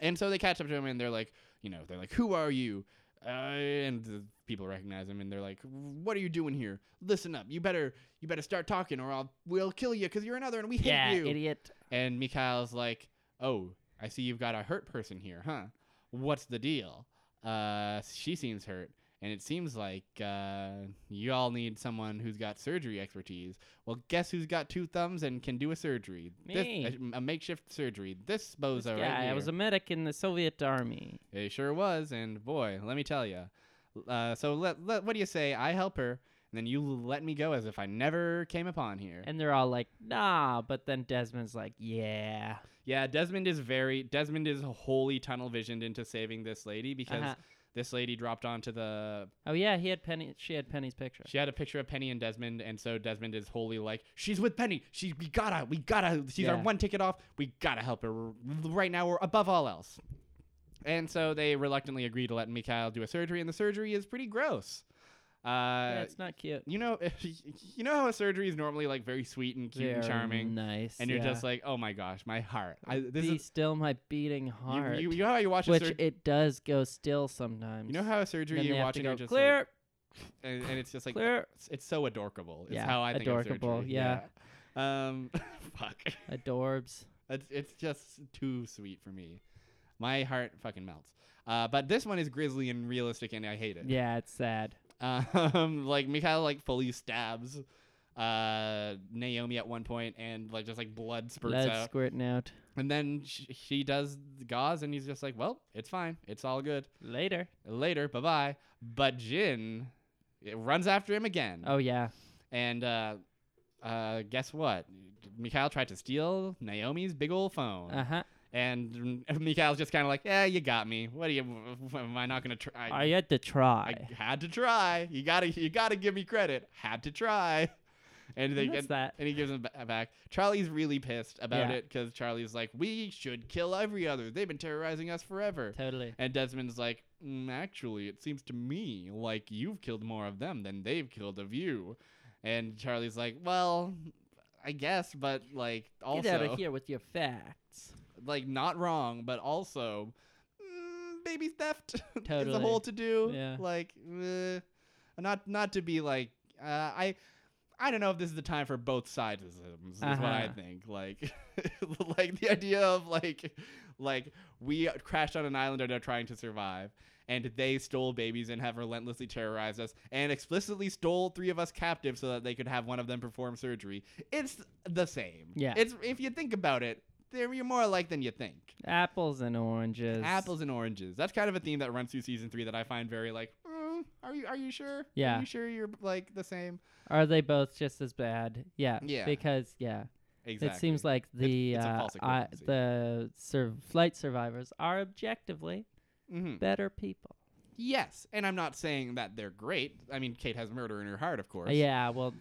[SPEAKER 1] and so they catch up to him and they're like, you know, they're like, "Who are you?" Uh, and the people recognize him and they're like, "What are you doing here? Listen up. You better, you better start talking, or I'll we'll kill you because you're another and we hate
[SPEAKER 2] yeah,
[SPEAKER 1] you."
[SPEAKER 2] idiot.
[SPEAKER 1] And Mikhail's like, "Oh, I see you've got a hurt person here, huh? What's the deal? Uh, she seems hurt, and it seems like uh, you all need someone who's got surgery expertise. Well, guess who's got two thumbs and can do a surgery? This-
[SPEAKER 2] Me.
[SPEAKER 1] a, a makeshift surgery. This bozo
[SPEAKER 2] This
[SPEAKER 1] right
[SPEAKER 2] guy, I
[SPEAKER 1] here.
[SPEAKER 2] was a medic in the Soviet army.
[SPEAKER 1] It sure was, and boy, let me tell you. Uh, so let, let, what do you say? I help her, and then you let me go as if I never came upon here.
[SPEAKER 2] And they're all like, nah. But then Desmond's like, yeah.
[SPEAKER 1] yeah, Desmond is very Desmond is wholly tunnel visioned into saving this lady because
[SPEAKER 2] Uh-huh.
[SPEAKER 1] this lady dropped onto the.
[SPEAKER 2] Oh, yeah, he had Penny. She had Penny's picture.
[SPEAKER 1] She had a picture of Penny and Desmond, and so Desmond is wholly like, she's with Penny. She we gotta we gotta. She's our
[SPEAKER 2] Yeah.
[SPEAKER 1] one ticket off. We gotta help her r- right now or above all else. And so they reluctantly agree to let Mikhail do a surgery, and the surgery is pretty gross. Uh,
[SPEAKER 2] yeah, it's not cute.
[SPEAKER 1] you know, you know how a surgery is normally like very sweet and cute and
[SPEAKER 2] They're
[SPEAKER 1] charming,
[SPEAKER 2] Nice.
[SPEAKER 1] and you're
[SPEAKER 2] yeah.
[SPEAKER 1] just like, oh my gosh, my heart. I, this
[SPEAKER 2] Be
[SPEAKER 1] is
[SPEAKER 2] still my beating
[SPEAKER 1] you,
[SPEAKER 2] heart.
[SPEAKER 1] you, you know how you watch a
[SPEAKER 2] which
[SPEAKER 1] surgery.
[SPEAKER 2] it does go still sometimes.
[SPEAKER 1] You know how a
[SPEAKER 2] then
[SPEAKER 1] surgery
[SPEAKER 2] they
[SPEAKER 1] you
[SPEAKER 2] have
[SPEAKER 1] watch
[SPEAKER 2] to
[SPEAKER 1] and
[SPEAKER 2] go
[SPEAKER 1] you're just
[SPEAKER 2] clear,
[SPEAKER 1] like, and, and it's just like
[SPEAKER 2] clear.
[SPEAKER 1] it's, it's so adorable. Is
[SPEAKER 2] Yeah,
[SPEAKER 1] how I think
[SPEAKER 2] adorkable,
[SPEAKER 1] Of surgery.
[SPEAKER 2] yeah.
[SPEAKER 1] yeah. Um, fuck.
[SPEAKER 2] Adorbs.
[SPEAKER 1] It's, it's just too sweet for me. My heart fucking melts. Uh, but this one is grisly and realistic, and I hate it.
[SPEAKER 2] Yeah, it's sad.
[SPEAKER 1] Um, like Mikhail like fully stabs uh Naomi at one point, and like just like blood spurts
[SPEAKER 2] Blood
[SPEAKER 1] out,
[SPEAKER 2] squirting out.
[SPEAKER 1] and then she, she does the gauze, and he's just like, "Well, it's fine. It's all good."
[SPEAKER 2] Later.
[SPEAKER 1] later, bye bye. But Jin it runs after him again.
[SPEAKER 2] Oh yeah.
[SPEAKER 1] And uh, uh, guess what? Mikhail tried to steal Naomi's big old phone.
[SPEAKER 2] Uh huh.
[SPEAKER 1] and Mikhail's just kind of like, yeah, you got me. What do you, am I not going to try?
[SPEAKER 2] I had to
[SPEAKER 1] I
[SPEAKER 2] try.
[SPEAKER 1] had to try. You gotta, you gotta give me credit. Had to try. And they
[SPEAKER 2] What's
[SPEAKER 1] and,
[SPEAKER 2] that?
[SPEAKER 1] and he gives him ba- back. Charlie's really pissed about
[SPEAKER 2] Yeah.
[SPEAKER 1] it because Charlie's like, we should kill every other. They've been terrorizing us forever.
[SPEAKER 2] Totally.
[SPEAKER 1] And Desmond's like, mm, actually, it seems to me like you've killed more of them than they've killed of you. And Charlie's like, well, I guess, but like
[SPEAKER 2] Get out of
[SPEAKER 1] also,
[SPEAKER 2] here with your facts.
[SPEAKER 1] like not wrong, but also, mm, baby theft is a
[SPEAKER 2] Totally.
[SPEAKER 1] whole to do.
[SPEAKER 2] Yeah.
[SPEAKER 1] Like, eh, not not to be like, uh, I. I don't know if this is the time for both sides is what I
[SPEAKER 2] Uh-huh.
[SPEAKER 1] think. Like like the idea of like like we crashed on an island and are trying to survive and they stole babies and have relentlessly terrorized us and explicitly stole three of us captive so that they could have one of them perform surgery. It's the same.
[SPEAKER 2] Yeah.
[SPEAKER 1] It's if you think about it, they're you're more alike than you think.
[SPEAKER 2] Apples and oranges.
[SPEAKER 1] Apples and oranges. That's kind of a theme that runs through season three that I find very like, mm, are you are you sure?
[SPEAKER 2] Yeah.
[SPEAKER 1] Are you sure you're like the same?
[SPEAKER 2] Are they both just as bad? Yeah.
[SPEAKER 1] Yeah.
[SPEAKER 2] Because yeah,
[SPEAKER 1] Exactly.
[SPEAKER 2] it seems like the
[SPEAKER 1] it's a
[SPEAKER 2] uh,
[SPEAKER 1] false
[SPEAKER 2] I,
[SPEAKER 1] equivalency.
[SPEAKER 2] the sur- flight survivors are objectively
[SPEAKER 1] Mhm.
[SPEAKER 2] better people.
[SPEAKER 1] Yes, and I'm not saying that they're great. I mean, Kate has murder in her heart, of course.
[SPEAKER 2] Yeah. Well,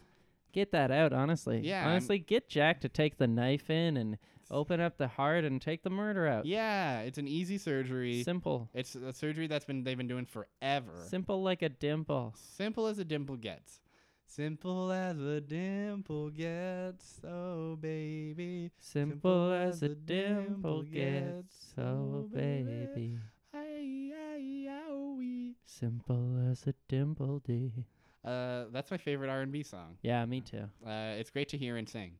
[SPEAKER 2] get that out. Honestly.
[SPEAKER 1] Yeah, I'm-
[SPEAKER 2] Honestly, get Jack to take the knife in and open up the heart and take the murder out.
[SPEAKER 1] Yeah, it's an easy surgery.
[SPEAKER 2] Simple.
[SPEAKER 1] it's a surgery that's been they've been doing forever.
[SPEAKER 2] Simple like a dimple.
[SPEAKER 1] Simple as a dimple gets. Simple as a dimple gets, oh baby.
[SPEAKER 2] Simple as a dimple gets, oh baby.
[SPEAKER 1] Ay, ay, owie.
[SPEAKER 2] Simple as a dimple d.
[SPEAKER 1] Uh, that's my favorite R&B song.
[SPEAKER 2] Yeah, me too.
[SPEAKER 1] Uh, it's great to hear and sing.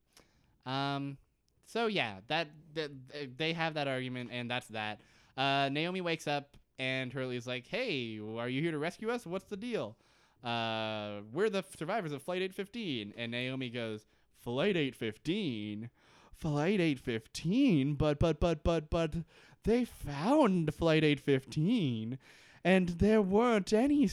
[SPEAKER 1] Um, so yeah, that, that they have that argument, and that's that. Uh, Naomi wakes up, and Hurley's like, "Hey, are you here to rescue us? What's the deal? Uh, we're the survivors of Flight 815." And Naomi goes, "Flight 815." Flight 815, but but but but but they found Flight 815 and there weren't any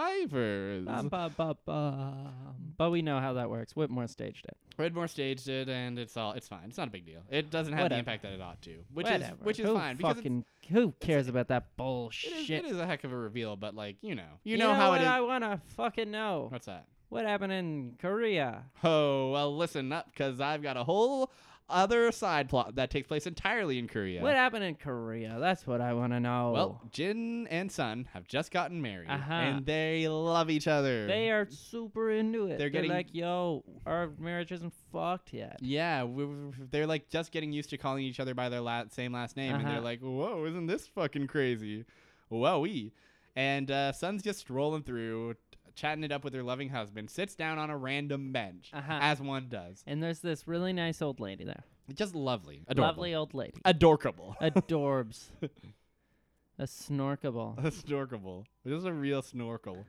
[SPEAKER 1] survivors.
[SPEAKER 2] Bum, bum, bum, bum. But we know how that works. Whitmore staged it.
[SPEAKER 1] Redmore staged it, and it's all it's fine. It's not a big deal. It doesn't have
[SPEAKER 2] Whatever.
[SPEAKER 1] the impact that it ought to, which
[SPEAKER 2] Whatever.
[SPEAKER 1] is which is
[SPEAKER 2] who
[SPEAKER 1] fine because it's-
[SPEAKER 2] Fucking, who cares about that
[SPEAKER 1] it is,
[SPEAKER 2] bullshit?
[SPEAKER 1] it is a heck of a reveal. But like you know, you,
[SPEAKER 2] You
[SPEAKER 1] know, how
[SPEAKER 2] what
[SPEAKER 1] it is.
[SPEAKER 2] I want to fucking know.
[SPEAKER 1] What's that?
[SPEAKER 2] What happened in Korea?
[SPEAKER 1] Oh well, listen up, because I've got a whole other side plot that takes place entirely in Korea.
[SPEAKER 2] What happened in Korea? That's what I want to know.
[SPEAKER 1] Well, Jin and Sun have just gotten married,
[SPEAKER 2] Uh-huh.
[SPEAKER 1] and they love each other.
[SPEAKER 2] they are super into it.
[SPEAKER 1] They're getting-
[SPEAKER 2] like, yo, our marriage isn't fucked yet.
[SPEAKER 1] Yeah, we, we- they're like just getting used to calling each other by their la- same last name, and they're
[SPEAKER 2] Uh-huh.
[SPEAKER 1] like, "Whoa, isn't this fucking crazy? Wowee!" And uh, Sun's just strolling through, chatting it up with her loving husband. Sits down on a random bench,
[SPEAKER 2] Uh-huh.
[SPEAKER 1] as one does.
[SPEAKER 2] And there's this really nice old lady there.
[SPEAKER 1] Just lovely, adorable,
[SPEAKER 2] Lovely old lady.
[SPEAKER 1] adorkable,
[SPEAKER 2] Adorbs. A snorkable.
[SPEAKER 1] a snorkable. This is a real snorkel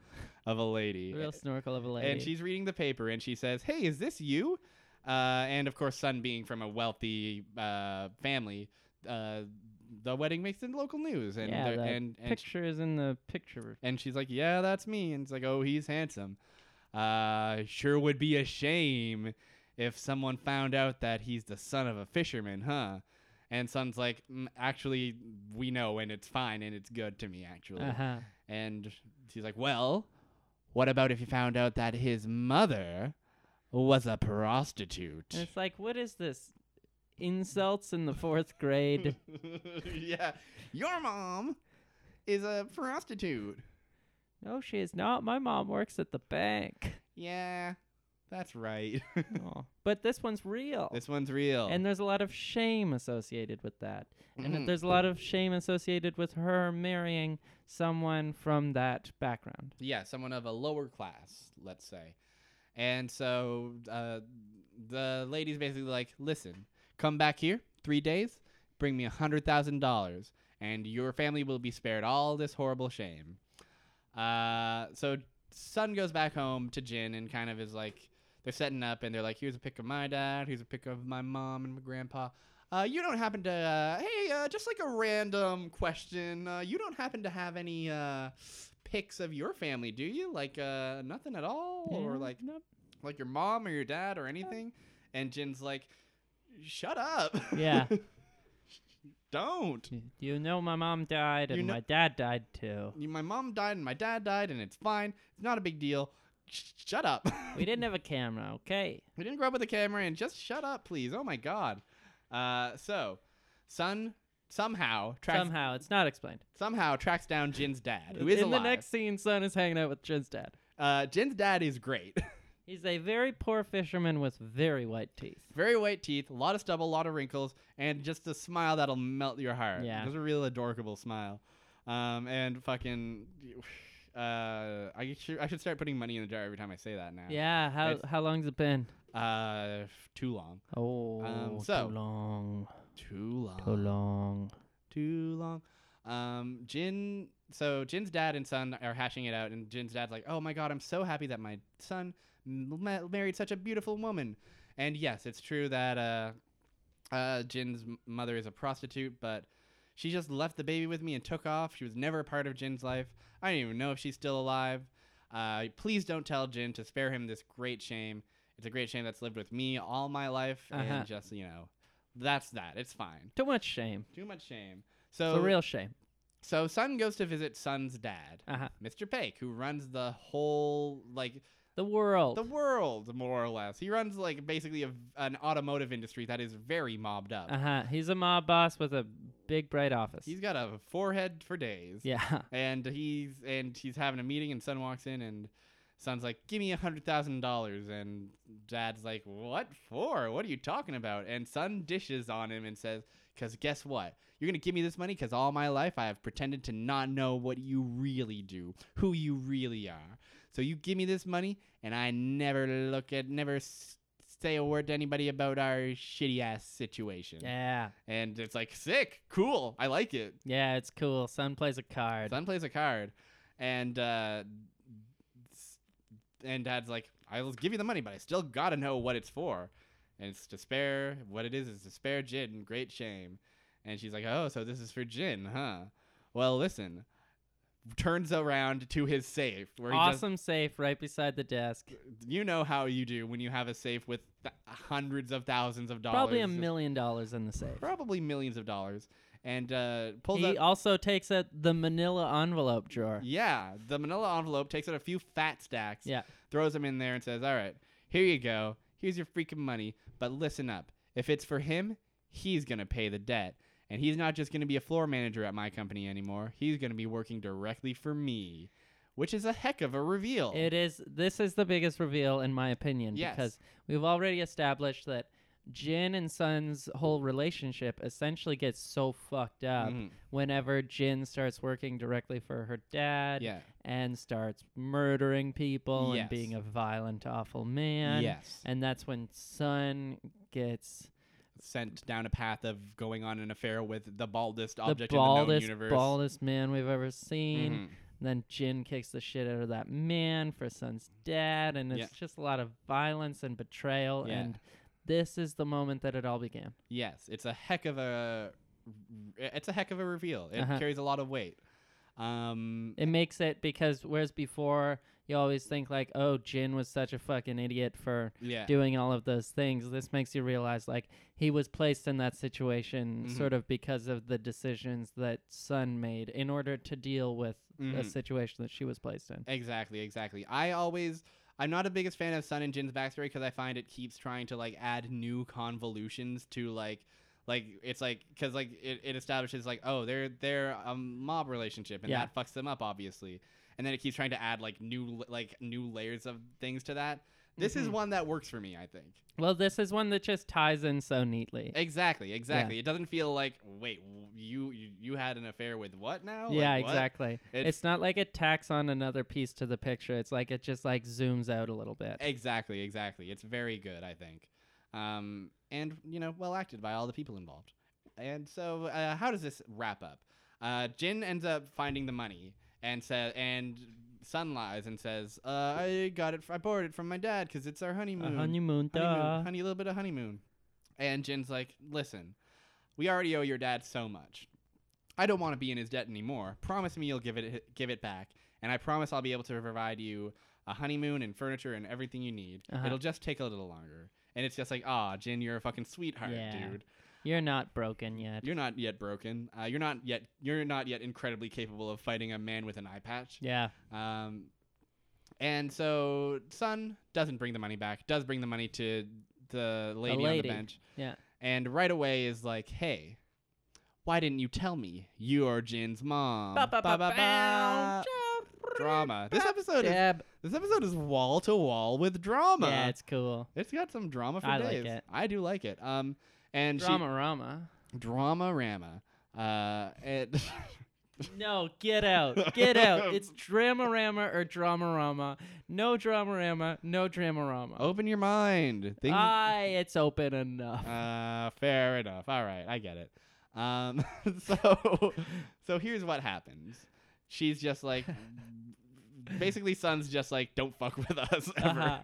[SPEAKER 1] of a lady.
[SPEAKER 2] Real snorkel of a lady.
[SPEAKER 1] And she's reading the paper and she says, Hey, is this you? Uh, and of course, Sun being from a wealthy uh, family, uh, the wedding makes the local news. And,
[SPEAKER 2] yeah,
[SPEAKER 1] they're-
[SPEAKER 2] the
[SPEAKER 1] and, and, sh-
[SPEAKER 2] picture is in the picture.
[SPEAKER 1] and she's like, Yeah, that's me. And it's like, Oh, he's handsome. Uh, sure would be a shame if someone found out that he's the son of a fisherman, huh? And Sun's like, mm, Actually, we know, and it's fine, and it's good to me, actually.
[SPEAKER 2] Uh huh.
[SPEAKER 1] And she's like, Well, what about if you found out that his mother was a
[SPEAKER 2] And
[SPEAKER 1] prostitute?
[SPEAKER 2] it's like, what is this? Insults in the fourth grade.
[SPEAKER 1] yeah. Your mom is a prostitute.
[SPEAKER 2] no, she is not. My mom works at the bank.
[SPEAKER 1] Yeah, that's right.
[SPEAKER 2] Aw. But this one's real.
[SPEAKER 1] this one's real.
[SPEAKER 2] Oh. and there's a lot of shame associated with that. And
[SPEAKER 1] Mhm.
[SPEAKER 2] there's a lot of shame associated with her marrying someone from that background.
[SPEAKER 1] yeah, someone of a lower class, let's say. And so uh, the lady's basically like, listen, come back here three days, bring me a $100,000, and your family will be spared all this horrible shame. Uh, so Sun goes back home to Jin and kind of is like, they're setting up and they're like, here's a pic of my dad, here's a pic of my mom and my grandpa. Uh, you don't happen to, uh, hey, uh, just like a random question. Uh, you don't happen to have any uh, pics of your family, do you? Like uh, nothing at all, or
[SPEAKER 2] Yeah,
[SPEAKER 1] like
[SPEAKER 2] nope.
[SPEAKER 1] like your mom or your dad or anything? And Jin's like, shut up.
[SPEAKER 2] Yeah.
[SPEAKER 1] don't.
[SPEAKER 2] Y- You know, my mom died and
[SPEAKER 1] You know-
[SPEAKER 2] my dad died too.
[SPEAKER 1] You- My mom died and my dad died, and it's fine. It's not a big deal. Sh- shut up.
[SPEAKER 2] We didn't have a camera, okay?
[SPEAKER 1] We didn't grow up with a camera, and just shut up, please. Oh my god. Uh, so, Sun somehow tracks
[SPEAKER 2] Somehow, it's not explained.
[SPEAKER 1] somehow tracks down Jin's dad, who is
[SPEAKER 2] In
[SPEAKER 1] alive.
[SPEAKER 2] the next scene, Son is hanging out with Jin's dad.
[SPEAKER 1] uh, Jin's dad is great.
[SPEAKER 2] He's a very poor fisherman with very white teeth.
[SPEAKER 1] Very white teeth, a lot of stubble, a lot of wrinkles, and just a smile that'll melt your heart.
[SPEAKER 2] Yeah.
[SPEAKER 1] Just a real adorable smile. Um, and fucking, uh, I should, I should start putting money in the jar every time I say that now.
[SPEAKER 2] Yeah, how
[SPEAKER 1] It's-
[SPEAKER 2] how long's it been?
[SPEAKER 1] Uh, f- too long.
[SPEAKER 2] Oh,
[SPEAKER 1] Um, so-
[SPEAKER 2] too long,
[SPEAKER 1] Too long.
[SPEAKER 2] too long.
[SPEAKER 1] too long. Um, Jin, so Jin's dad and son are hashing it out, and Jin's dad's like, "Oh my god, I'm so happy that my son m- ma- married such a beautiful woman." And yes, it's true that uh, uh, Jin's m- mother is a prostitute, but she just left the baby with me and took off. She was never a part of Jin's life. I don't even know if she's still alive. Uh, please don't tell Jin to spare him this great shame. It's a great shame that's lived with me all my life,
[SPEAKER 2] Uh-huh.
[SPEAKER 1] and just you know, that's that. It's fine.
[SPEAKER 2] Too much shame.
[SPEAKER 1] Too much shame.
[SPEAKER 2] It's
[SPEAKER 1] So
[SPEAKER 2] a real shame.
[SPEAKER 1] So Sun goes to visit Sun's dad,
[SPEAKER 2] Uh-huh.
[SPEAKER 1] Mr. Paik, who runs the whole like
[SPEAKER 2] The world.
[SPEAKER 1] the world more or less. He runs like basically a, an automotive industry that is very mobbed up.
[SPEAKER 2] uh huh. He's a mob boss with a big bright office.
[SPEAKER 1] He's got a forehead for days.
[SPEAKER 2] yeah.
[SPEAKER 1] And he's and he's having a meeting and Sun walks in and Son's like, give me a hundred thousand dollars, and Dad's like, what for? What are you talking about? And son dishes on him and says, because guess what? You're gonna give me this money because all my life I have pretended to not know what you really do, who you really are. So you give me this money, and I never look at, never s- say a word to anybody about our shitty ass situation.
[SPEAKER 2] Yeah.
[SPEAKER 1] And it's like sick, cool, I like it.
[SPEAKER 2] Yeah, it's cool. Son plays a card.
[SPEAKER 1] Son plays a card, and uh, s- and Dad's like, "I'll give you the money, but I still gotta know what it's for." And it's to spare. What it is is to spare Jin. Great shame. And she's like, "Oh, so this is for Jin, huh?" Well, listen. Turns around to his safe, where he just
[SPEAKER 2] awesome safe right beside the desk.
[SPEAKER 1] you know how you do when you have a safe with th- hundreds of thousands of dollars,
[SPEAKER 2] Probably a
[SPEAKER 1] just-
[SPEAKER 2] million dollars in the safe.
[SPEAKER 1] probably millions of dollars, and uh, pulls out
[SPEAKER 2] He also takes out the manila envelope drawer.
[SPEAKER 1] Yeah, the manila envelope takes out a few fat stacks,
[SPEAKER 2] Yeah.
[SPEAKER 1] throws them in there, and says, All right, here you go. Here's your freaking money. But listen up. If it's for him, he's going to pay the debt. And he's not just going to be a floor manager at my company anymore. He's going to be working directly for me, which is a heck of a reveal.
[SPEAKER 2] It is. This is the biggest reveal, in my opinion,
[SPEAKER 1] Yes.
[SPEAKER 2] because we've already established that Jin and Sun's whole relationship essentially gets so fucked up
[SPEAKER 1] Mhm.
[SPEAKER 2] whenever Jin starts working directly for her dad
[SPEAKER 1] Yeah.
[SPEAKER 2] and starts murdering people
[SPEAKER 1] Yes.
[SPEAKER 2] and being a violent, awful man.
[SPEAKER 1] yes.
[SPEAKER 2] And that's when Sun gets
[SPEAKER 1] Sent down a path of going on an affair with the baldest object
[SPEAKER 2] the
[SPEAKER 1] in the known
[SPEAKER 2] baldest,
[SPEAKER 1] universe.
[SPEAKER 2] baldest man we've ever seen.
[SPEAKER 1] Mhm.
[SPEAKER 2] Then Jin kicks the shit out of that man for Sun's dad, and it's
[SPEAKER 1] Yeah.
[SPEAKER 2] just a lot of violence and betrayal.
[SPEAKER 1] Yeah.
[SPEAKER 2] And this is the moment that it all began.
[SPEAKER 1] Yes, it's a heck of a it's a heck of a reveal. It
[SPEAKER 2] Uh-huh.
[SPEAKER 1] carries a lot of weight. Um,
[SPEAKER 2] It makes it because whereas before you always think like, oh, Jin was such a fucking idiot for
[SPEAKER 1] yeah,
[SPEAKER 2] doing all of those things. This makes you realize like he was placed in that situation
[SPEAKER 1] Mhm.
[SPEAKER 2] sort of because of the decisions that Sun made in order to deal with a
[SPEAKER 1] Mhm.
[SPEAKER 2] situation that she was placed in.
[SPEAKER 1] exactly, exactly. I always I'm not a biggest fan of Sun and Jin's backstory because I find it keeps trying to like add new convolutions to like like it's like because like it, it establishes like oh they're they're a mob relationship and
[SPEAKER 2] Yeah.
[SPEAKER 1] that fucks them up obviously and then it keeps trying to add like new like new layers of things to that. This is
[SPEAKER 2] Mhm.
[SPEAKER 1] one that works for me, I think.
[SPEAKER 2] Well, this is one that just ties in so neatly.
[SPEAKER 1] Exactly, exactly. It doesn't feel like wait, w- you you, you had an affair with what now? Oh, Like,
[SPEAKER 2] yeah,
[SPEAKER 1] what?
[SPEAKER 2] exactly.
[SPEAKER 1] It-
[SPEAKER 2] it's not like it tacks on another piece to the picture. It's like it just like zooms out a little bit.
[SPEAKER 1] Exactly, exactly. It's very good, I think. Um, and you know, well acted by all the people involved. And so, uh, how does this wrap up? Uh, Jin ends up finding the money and says, and Sun lies and says, uh, "I got it. f- I borrowed it from my dad because it's our
[SPEAKER 2] A
[SPEAKER 1] honeymoon.
[SPEAKER 2] honeymoon,
[SPEAKER 1] honeymoon,
[SPEAKER 2] duh.
[SPEAKER 1] honey, a little bit of honeymoon. And Jin's like, listen, we already owe your dad so much. I don't want to be in his debt anymore. Promise me you'll give it give it back, and I promise I'll be able to provide you a honeymoon and furniture and everything you need.
[SPEAKER 2] Uh-huh.
[SPEAKER 1] It'll just take a little longer. And it's just like, ah, Jin, you're a fucking sweetheart,
[SPEAKER 2] Yeah.
[SPEAKER 1] dude.
[SPEAKER 2] You're not broken yet.
[SPEAKER 1] You're not yet broken. Uh, you're not yet. You're not yet incredibly capable of fighting a man with an eye patch.
[SPEAKER 2] yeah.
[SPEAKER 1] Um, and so Sun doesn't bring the money back, does bring the money to the lady,
[SPEAKER 2] lady.
[SPEAKER 1] on the bench.
[SPEAKER 2] Yeah.
[SPEAKER 1] And right away is like, hey, why didn't you tell me you're Jin's mom? Ba-ba-ba. Drama. This episode is
[SPEAKER 2] Dab.
[SPEAKER 1] this episode is wall to wall with drama.
[SPEAKER 2] Yeah, it's cool.
[SPEAKER 1] it's got some drama for
[SPEAKER 2] I like
[SPEAKER 1] days.
[SPEAKER 2] it.
[SPEAKER 1] I do like it. Um, and
[SPEAKER 2] Drama Rama.
[SPEAKER 1] she drama rama. Uh, and
[SPEAKER 2] No, get out. Get out. It's Dramarama or Dramarama. No Dramarama, no Dramarama.
[SPEAKER 1] open your mind. Things,
[SPEAKER 2] Aye, it's open enough.
[SPEAKER 1] Oh, Uh, fair enough. All right, I get it. Um, so, so here's what happens. She's just like, basically, Sun's just like, don't fuck with us ever.
[SPEAKER 2] Uh-huh.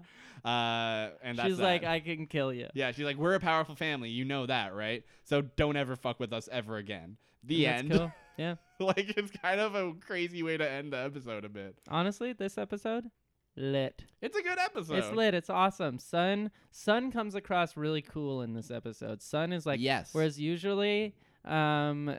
[SPEAKER 1] uh and that's
[SPEAKER 2] She's like,
[SPEAKER 1] that.
[SPEAKER 2] I can kill you.
[SPEAKER 1] yeah, she's like, we're a powerful family, you know that, right? So don't ever fuck with us ever again. The
[SPEAKER 2] And
[SPEAKER 1] end.
[SPEAKER 2] That's cool. Yeah.
[SPEAKER 1] like, it's kind of a crazy way to end the episode a bit.
[SPEAKER 2] Honestly, this episode, lit.
[SPEAKER 1] It's a good episode.
[SPEAKER 2] It's lit. It's awesome. Sun Sun comes across really cool in this episode. Sun is like
[SPEAKER 1] yes.
[SPEAKER 2] whereas usually um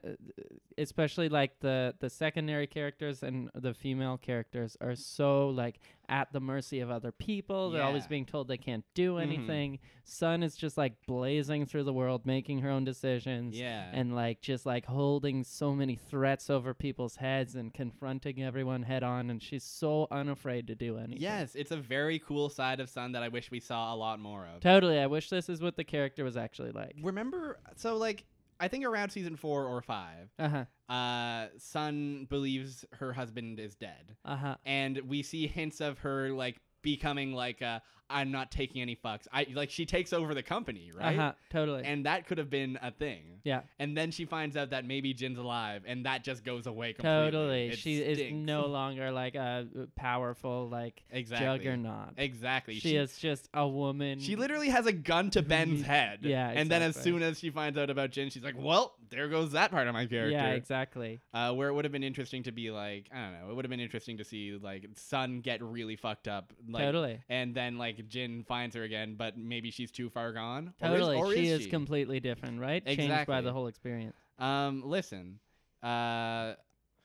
[SPEAKER 2] especially like the the secondary characters and the female characters are so like at the mercy of other people they're always
[SPEAKER 1] Yeah.
[SPEAKER 2] being told they can't do
[SPEAKER 1] Mhm.
[SPEAKER 2] anything sun is just like blazing through the world making her own decisions
[SPEAKER 1] Yeah.
[SPEAKER 2] and like just like holding so many threats over people's heads and confronting everyone head on and she's so unafraid to do anything
[SPEAKER 1] yes, it's a very cool side of Sun that I wish we saw a lot more of.
[SPEAKER 2] totally i wish this is what the character was actually like
[SPEAKER 1] Remember, so like I think around season four or five,
[SPEAKER 2] uh-huh
[SPEAKER 1] uh, Sun believes her husband is dead,
[SPEAKER 2] uh-huh
[SPEAKER 1] and we see hints of her like becoming like uh, I'm not taking any fucks. I like she takes over the company, right?
[SPEAKER 2] uh-huh totally
[SPEAKER 1] And that could have been a thing.
[SPEAKER 2] yeah
[SPEAKER 1] And then she finds out that maybe Jin's alive, and that just goes away completely.
[SPEAKER 2] Totally.
[SPEAKER 1] It
[SPEAKER 2] she is
[SPEAKER 1] stinks.
[SPEAKER 2] no longer like a uh, powerful like
[SPEAKER 1] exactly
[SPEAKER 2] juggernaut.
[SPEAKER 1] Exactly.
[SPEAKER 2] She, is just a woman.
[SPEAKER 1] She literally has a gun to Ben's head.
[SPEAKER 2] Yeah,
[SPEAKER 1] And then as
[SPEAKER 2] exactly.
[SPEAKER 1] soon as she finds out about Jin, she's like, well, there goes that part of my character.
[SPEAKER 2] Yeah, exactly.
[SPEAKER 1] uh, where it would have been interesting to be like, I don't know, it would have been interesting to see like Sun get really fucked up. Like,
[SPEAKER 2] totally.
[SPEAKER 1] And then like Jin finds her again, but maybe she's too far gone. Or is-
[SPEAKER 2] Totally.
[SPEAKER 1] or is
[SPEAKER 2] she is
[SPEAKER 1] she?
[SPEAKER 2] completely different, right? Changed by
[SPEAKER 1] Exactly.
[SPEAKER 2] the whole experience.
[SPEAKER 1] Um, listen, uh,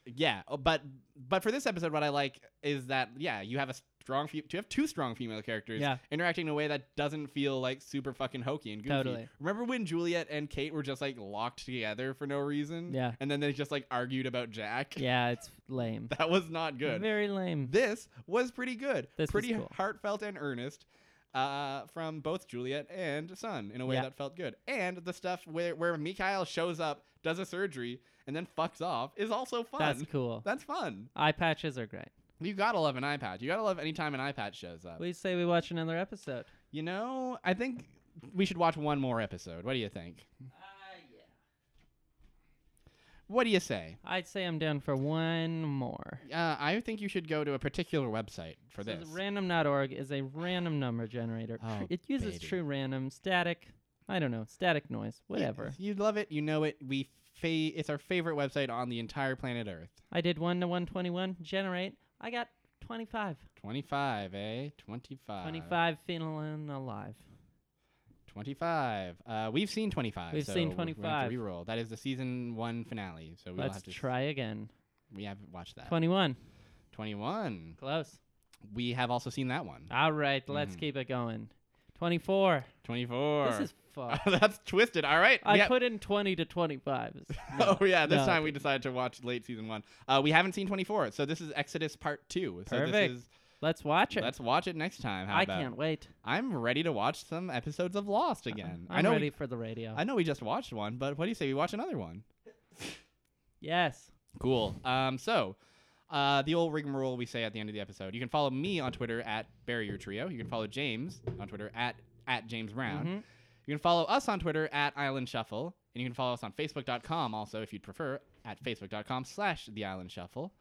[SPEAKER 1] yeah, oh, but but for this episode, what I like is that yeah, you have a strong, fe- you have two strong female characters
[SPEAKER 2] Yeah.
[SPEAKER 1] interacting in a way that doesn't feel like super fucking hokey and goofy.
[SPEAKER 2] Totally.
[SPEAKER 1] Remember when Juliet and Kate were just like locked together for no reason?
[SPEAKER 2] Yeah.
[SPEAKER 1] and then they just like argued about Jack.
[SPEAKER 2] Yeah, it's lame.
[SPEAKER 1] that was not good.
[SPEAKER 2] Very lame.
[SPEAKER 1] this was pretty good,
[SPEAKER 2] This was
[SPEAKER 1] pretty
[SPEAKER 2] cool.
[SPEAKER 1] heartfelt and earnest. Uh, from both Juliet and Son in a way
[SPEAKER 2] Yeah.
[SPEAKER 1] that felt good, and the stuff where where Mikhail shows up, does a surgery, and then fucks off is also fun.
[SPEAKER 2] That's cool.
[SPEAKER 1] That's fun.
[SPEAKER 2] Eye patches are great.
[SPEAKER 1] You gotta love an iPad. You gotta love any time an iPad shows up.
[SPEAKER 2] We say we watch another episode.
[SPEAKER 1] you know, I think we should watch one more episode. What do you think?
[SPEAKER 2] yeah.
[SPEAKER 1] What do you say?
[SPEAKER 2] I'd say I'm down for one more.
[SPEAKER 1] Uh, I think you should go to a particular website for
[SPEAKER 2] So
[SPEAKER 1] this.
[SPEAKER 2] the random.org is a random number generator. Tr-
[SPEAKER 1] Oh,
[SPEAKER 2] it uses
[SPEAKER 1] baby.
[SPEAKER 2] true random, static, I don't know, static noise,
[SPEAKER 1] Y-
[SPEAKER 2] whatever.
[SPEAKER 1] You love it. You know it. We fa- it's our favorite website on the entire planet Earth.
[SPEAKER 2] I did 1 to 121, generate. I got 25.
[SPEAKER 1] 25, eh? 25.
[SPEAKER 2] 25 feeling alive.
[SPEAKER 1] 25. Uh, we've seen 25.
[SPEAKER 2] We've
[SPEAKER 1] so
[SPEAKER 2] seen
[SPEAKER 1] we're gonna have to
[SPEAKER 2] 25.
[SPEAKER 1] Reroll. That is the season one finale. So we'll
[SPEAKER 2] Let's
[SPEAKER 1] have to s- Uh,
[SPEAKER 2] try again.
[SPEAKER 1] we haven't watched that.
[SPEAKER 2] 21.
[SPEAKER 1] 21.
[SPEAKER 2] Close.
[SPEAKER 1] We have also seen that one.
[SPEAKER 2] All right, let's
[SPEAKER 1] Mhm.
[SPEAKER 2] keep it going. 24.
[SPEAKER 1] 24.
[SPEAKER 2] This is fucked.
[SPEAKER 1] That's twisted. All right.
[SPEAKER 2] I
[SPEAKER 1] we ha-
[SPEAKER 2] put in 20 to 25.
[SPEAKER 1] oh yeah, this
[SPEAKER 2] no,
[SPEAKER 1] time we decided to watch late season one. Uh, we haven't seen 24, so this is Exodus Part Two. So
[SPEAKER 2] Perfect.
[SPEAKER 1] this is
[SPEAKER 2] Let's watch it.
[SPEAKER 1] let's watch it next time. How
[SPEAKER 2] I
[SPEAKER 1] about?
[SPEAKER 2] can't wait.
[SPEAKER 1] I'm ready to watch some episodes of Lost again.
[SPEAKER 2] I'm
[SPEAKER 1] know. we-
[SPEAKER 2] ready for the radio.
[SPEAKER 1] I know we just watched one, but what do you say we watch another one?
[SPEAKER 2] yes.
[SPEAKER 1] Cool. Um, so, uh, the old rigmarole we say at the end of the episode. You can follow me on Twitter at Barrier Trio. You can follow James on Twitter at at James Brown.
[SPEAKER 2] Mhm.
[SPEAKER 1] You can follow us on Twitter at Island Shuffle, and you can follow us on Facebook.com also if you'd prefer at Facebook.com slash The Island Shuffle.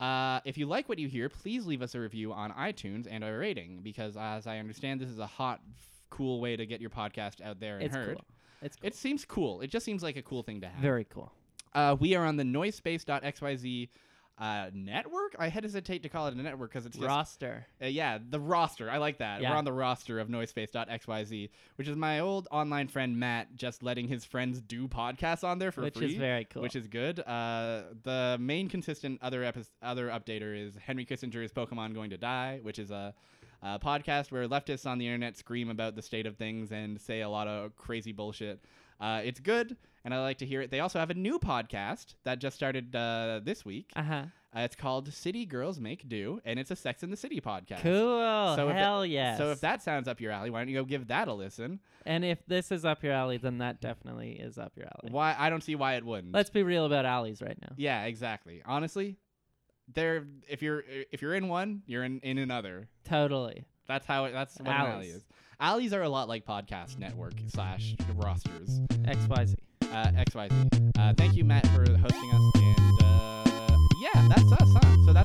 [SPEAKER 1] Uh, if you like what you hear, please leave us a review on iTunes and a rating because, as I understand, this is a hot, f- cool way to get your podcast out there and
[SPEAKER 2] It's
[SPEAKER 1] heard.
[SPEAKER 2] cool. It's cool.
[SPEAKER 1] It seems cool. It just seems like a cool thing to have.
[SPEAKER 2] Very cool.
[SPEAKER 1] Uh, we are on the noisepace.xyz uh, network. I hesitate to call it a network because it's just
[SPEAKER 2] Roster.
[SPEAKER 1] uh, yeah, the roster. I like that.
[SPEAKER 2] Yeah.
[SPEAKER 1] We're on the roster of noisepace.xyz, which is my old online friend Matt just letting his friends do podcasts on there for
[SPEAKER 2] which
[SPEAKER 1] free.
[SPEAKER 2] is very cool.
[SPEAKER 1] Which is good. Uh, the main consistent other epi- other updater is Henry Kissinger's Pokemon Going to Die, which is a, a podcast where leftists on the internet scream about the state of things and say a lot of crazy bullshit. Uh, it's good, and I like to hear it. They also have a new podcast that just started uh, this week.
[SPEAKER 2] uh huh.
[SPEAKER 1] Uh, it's called City Girls Make Do, and it's a Sex in the City podcast.
[SPEAKER 2] Cool.
[SPEAKER 1] So if it-
[SPEAKER 2] Hell yes.
[SPEAKER 1] So if that sounds up your alley, why don't you go give that a listen?
[SPEAKER 2] and if this is up your alley, then that definitely is up your alley.
[SPEAKER 1] Why I don't see why it wouldn't.
[SPEAKER 2] Let's be real about alleys right now.
[SPEAKER 1] yeah, exactly. Honestly, there if you're if you're in one, you're in in another.
[SPEAKER 2] Totally.
[SPEAKER 1] That's how it, that's what an alley
[SPEAKER 2] Alleys.
[SPEAKER 1] is. Alleys are a lot like podcast network slash rosters.
[SPEAKER 2] XYZ.
[SPEAKER 1] Uh, XYZ. Uh, thank you, Matt, for hosting us. And uh, yeah, that's us. Huh? So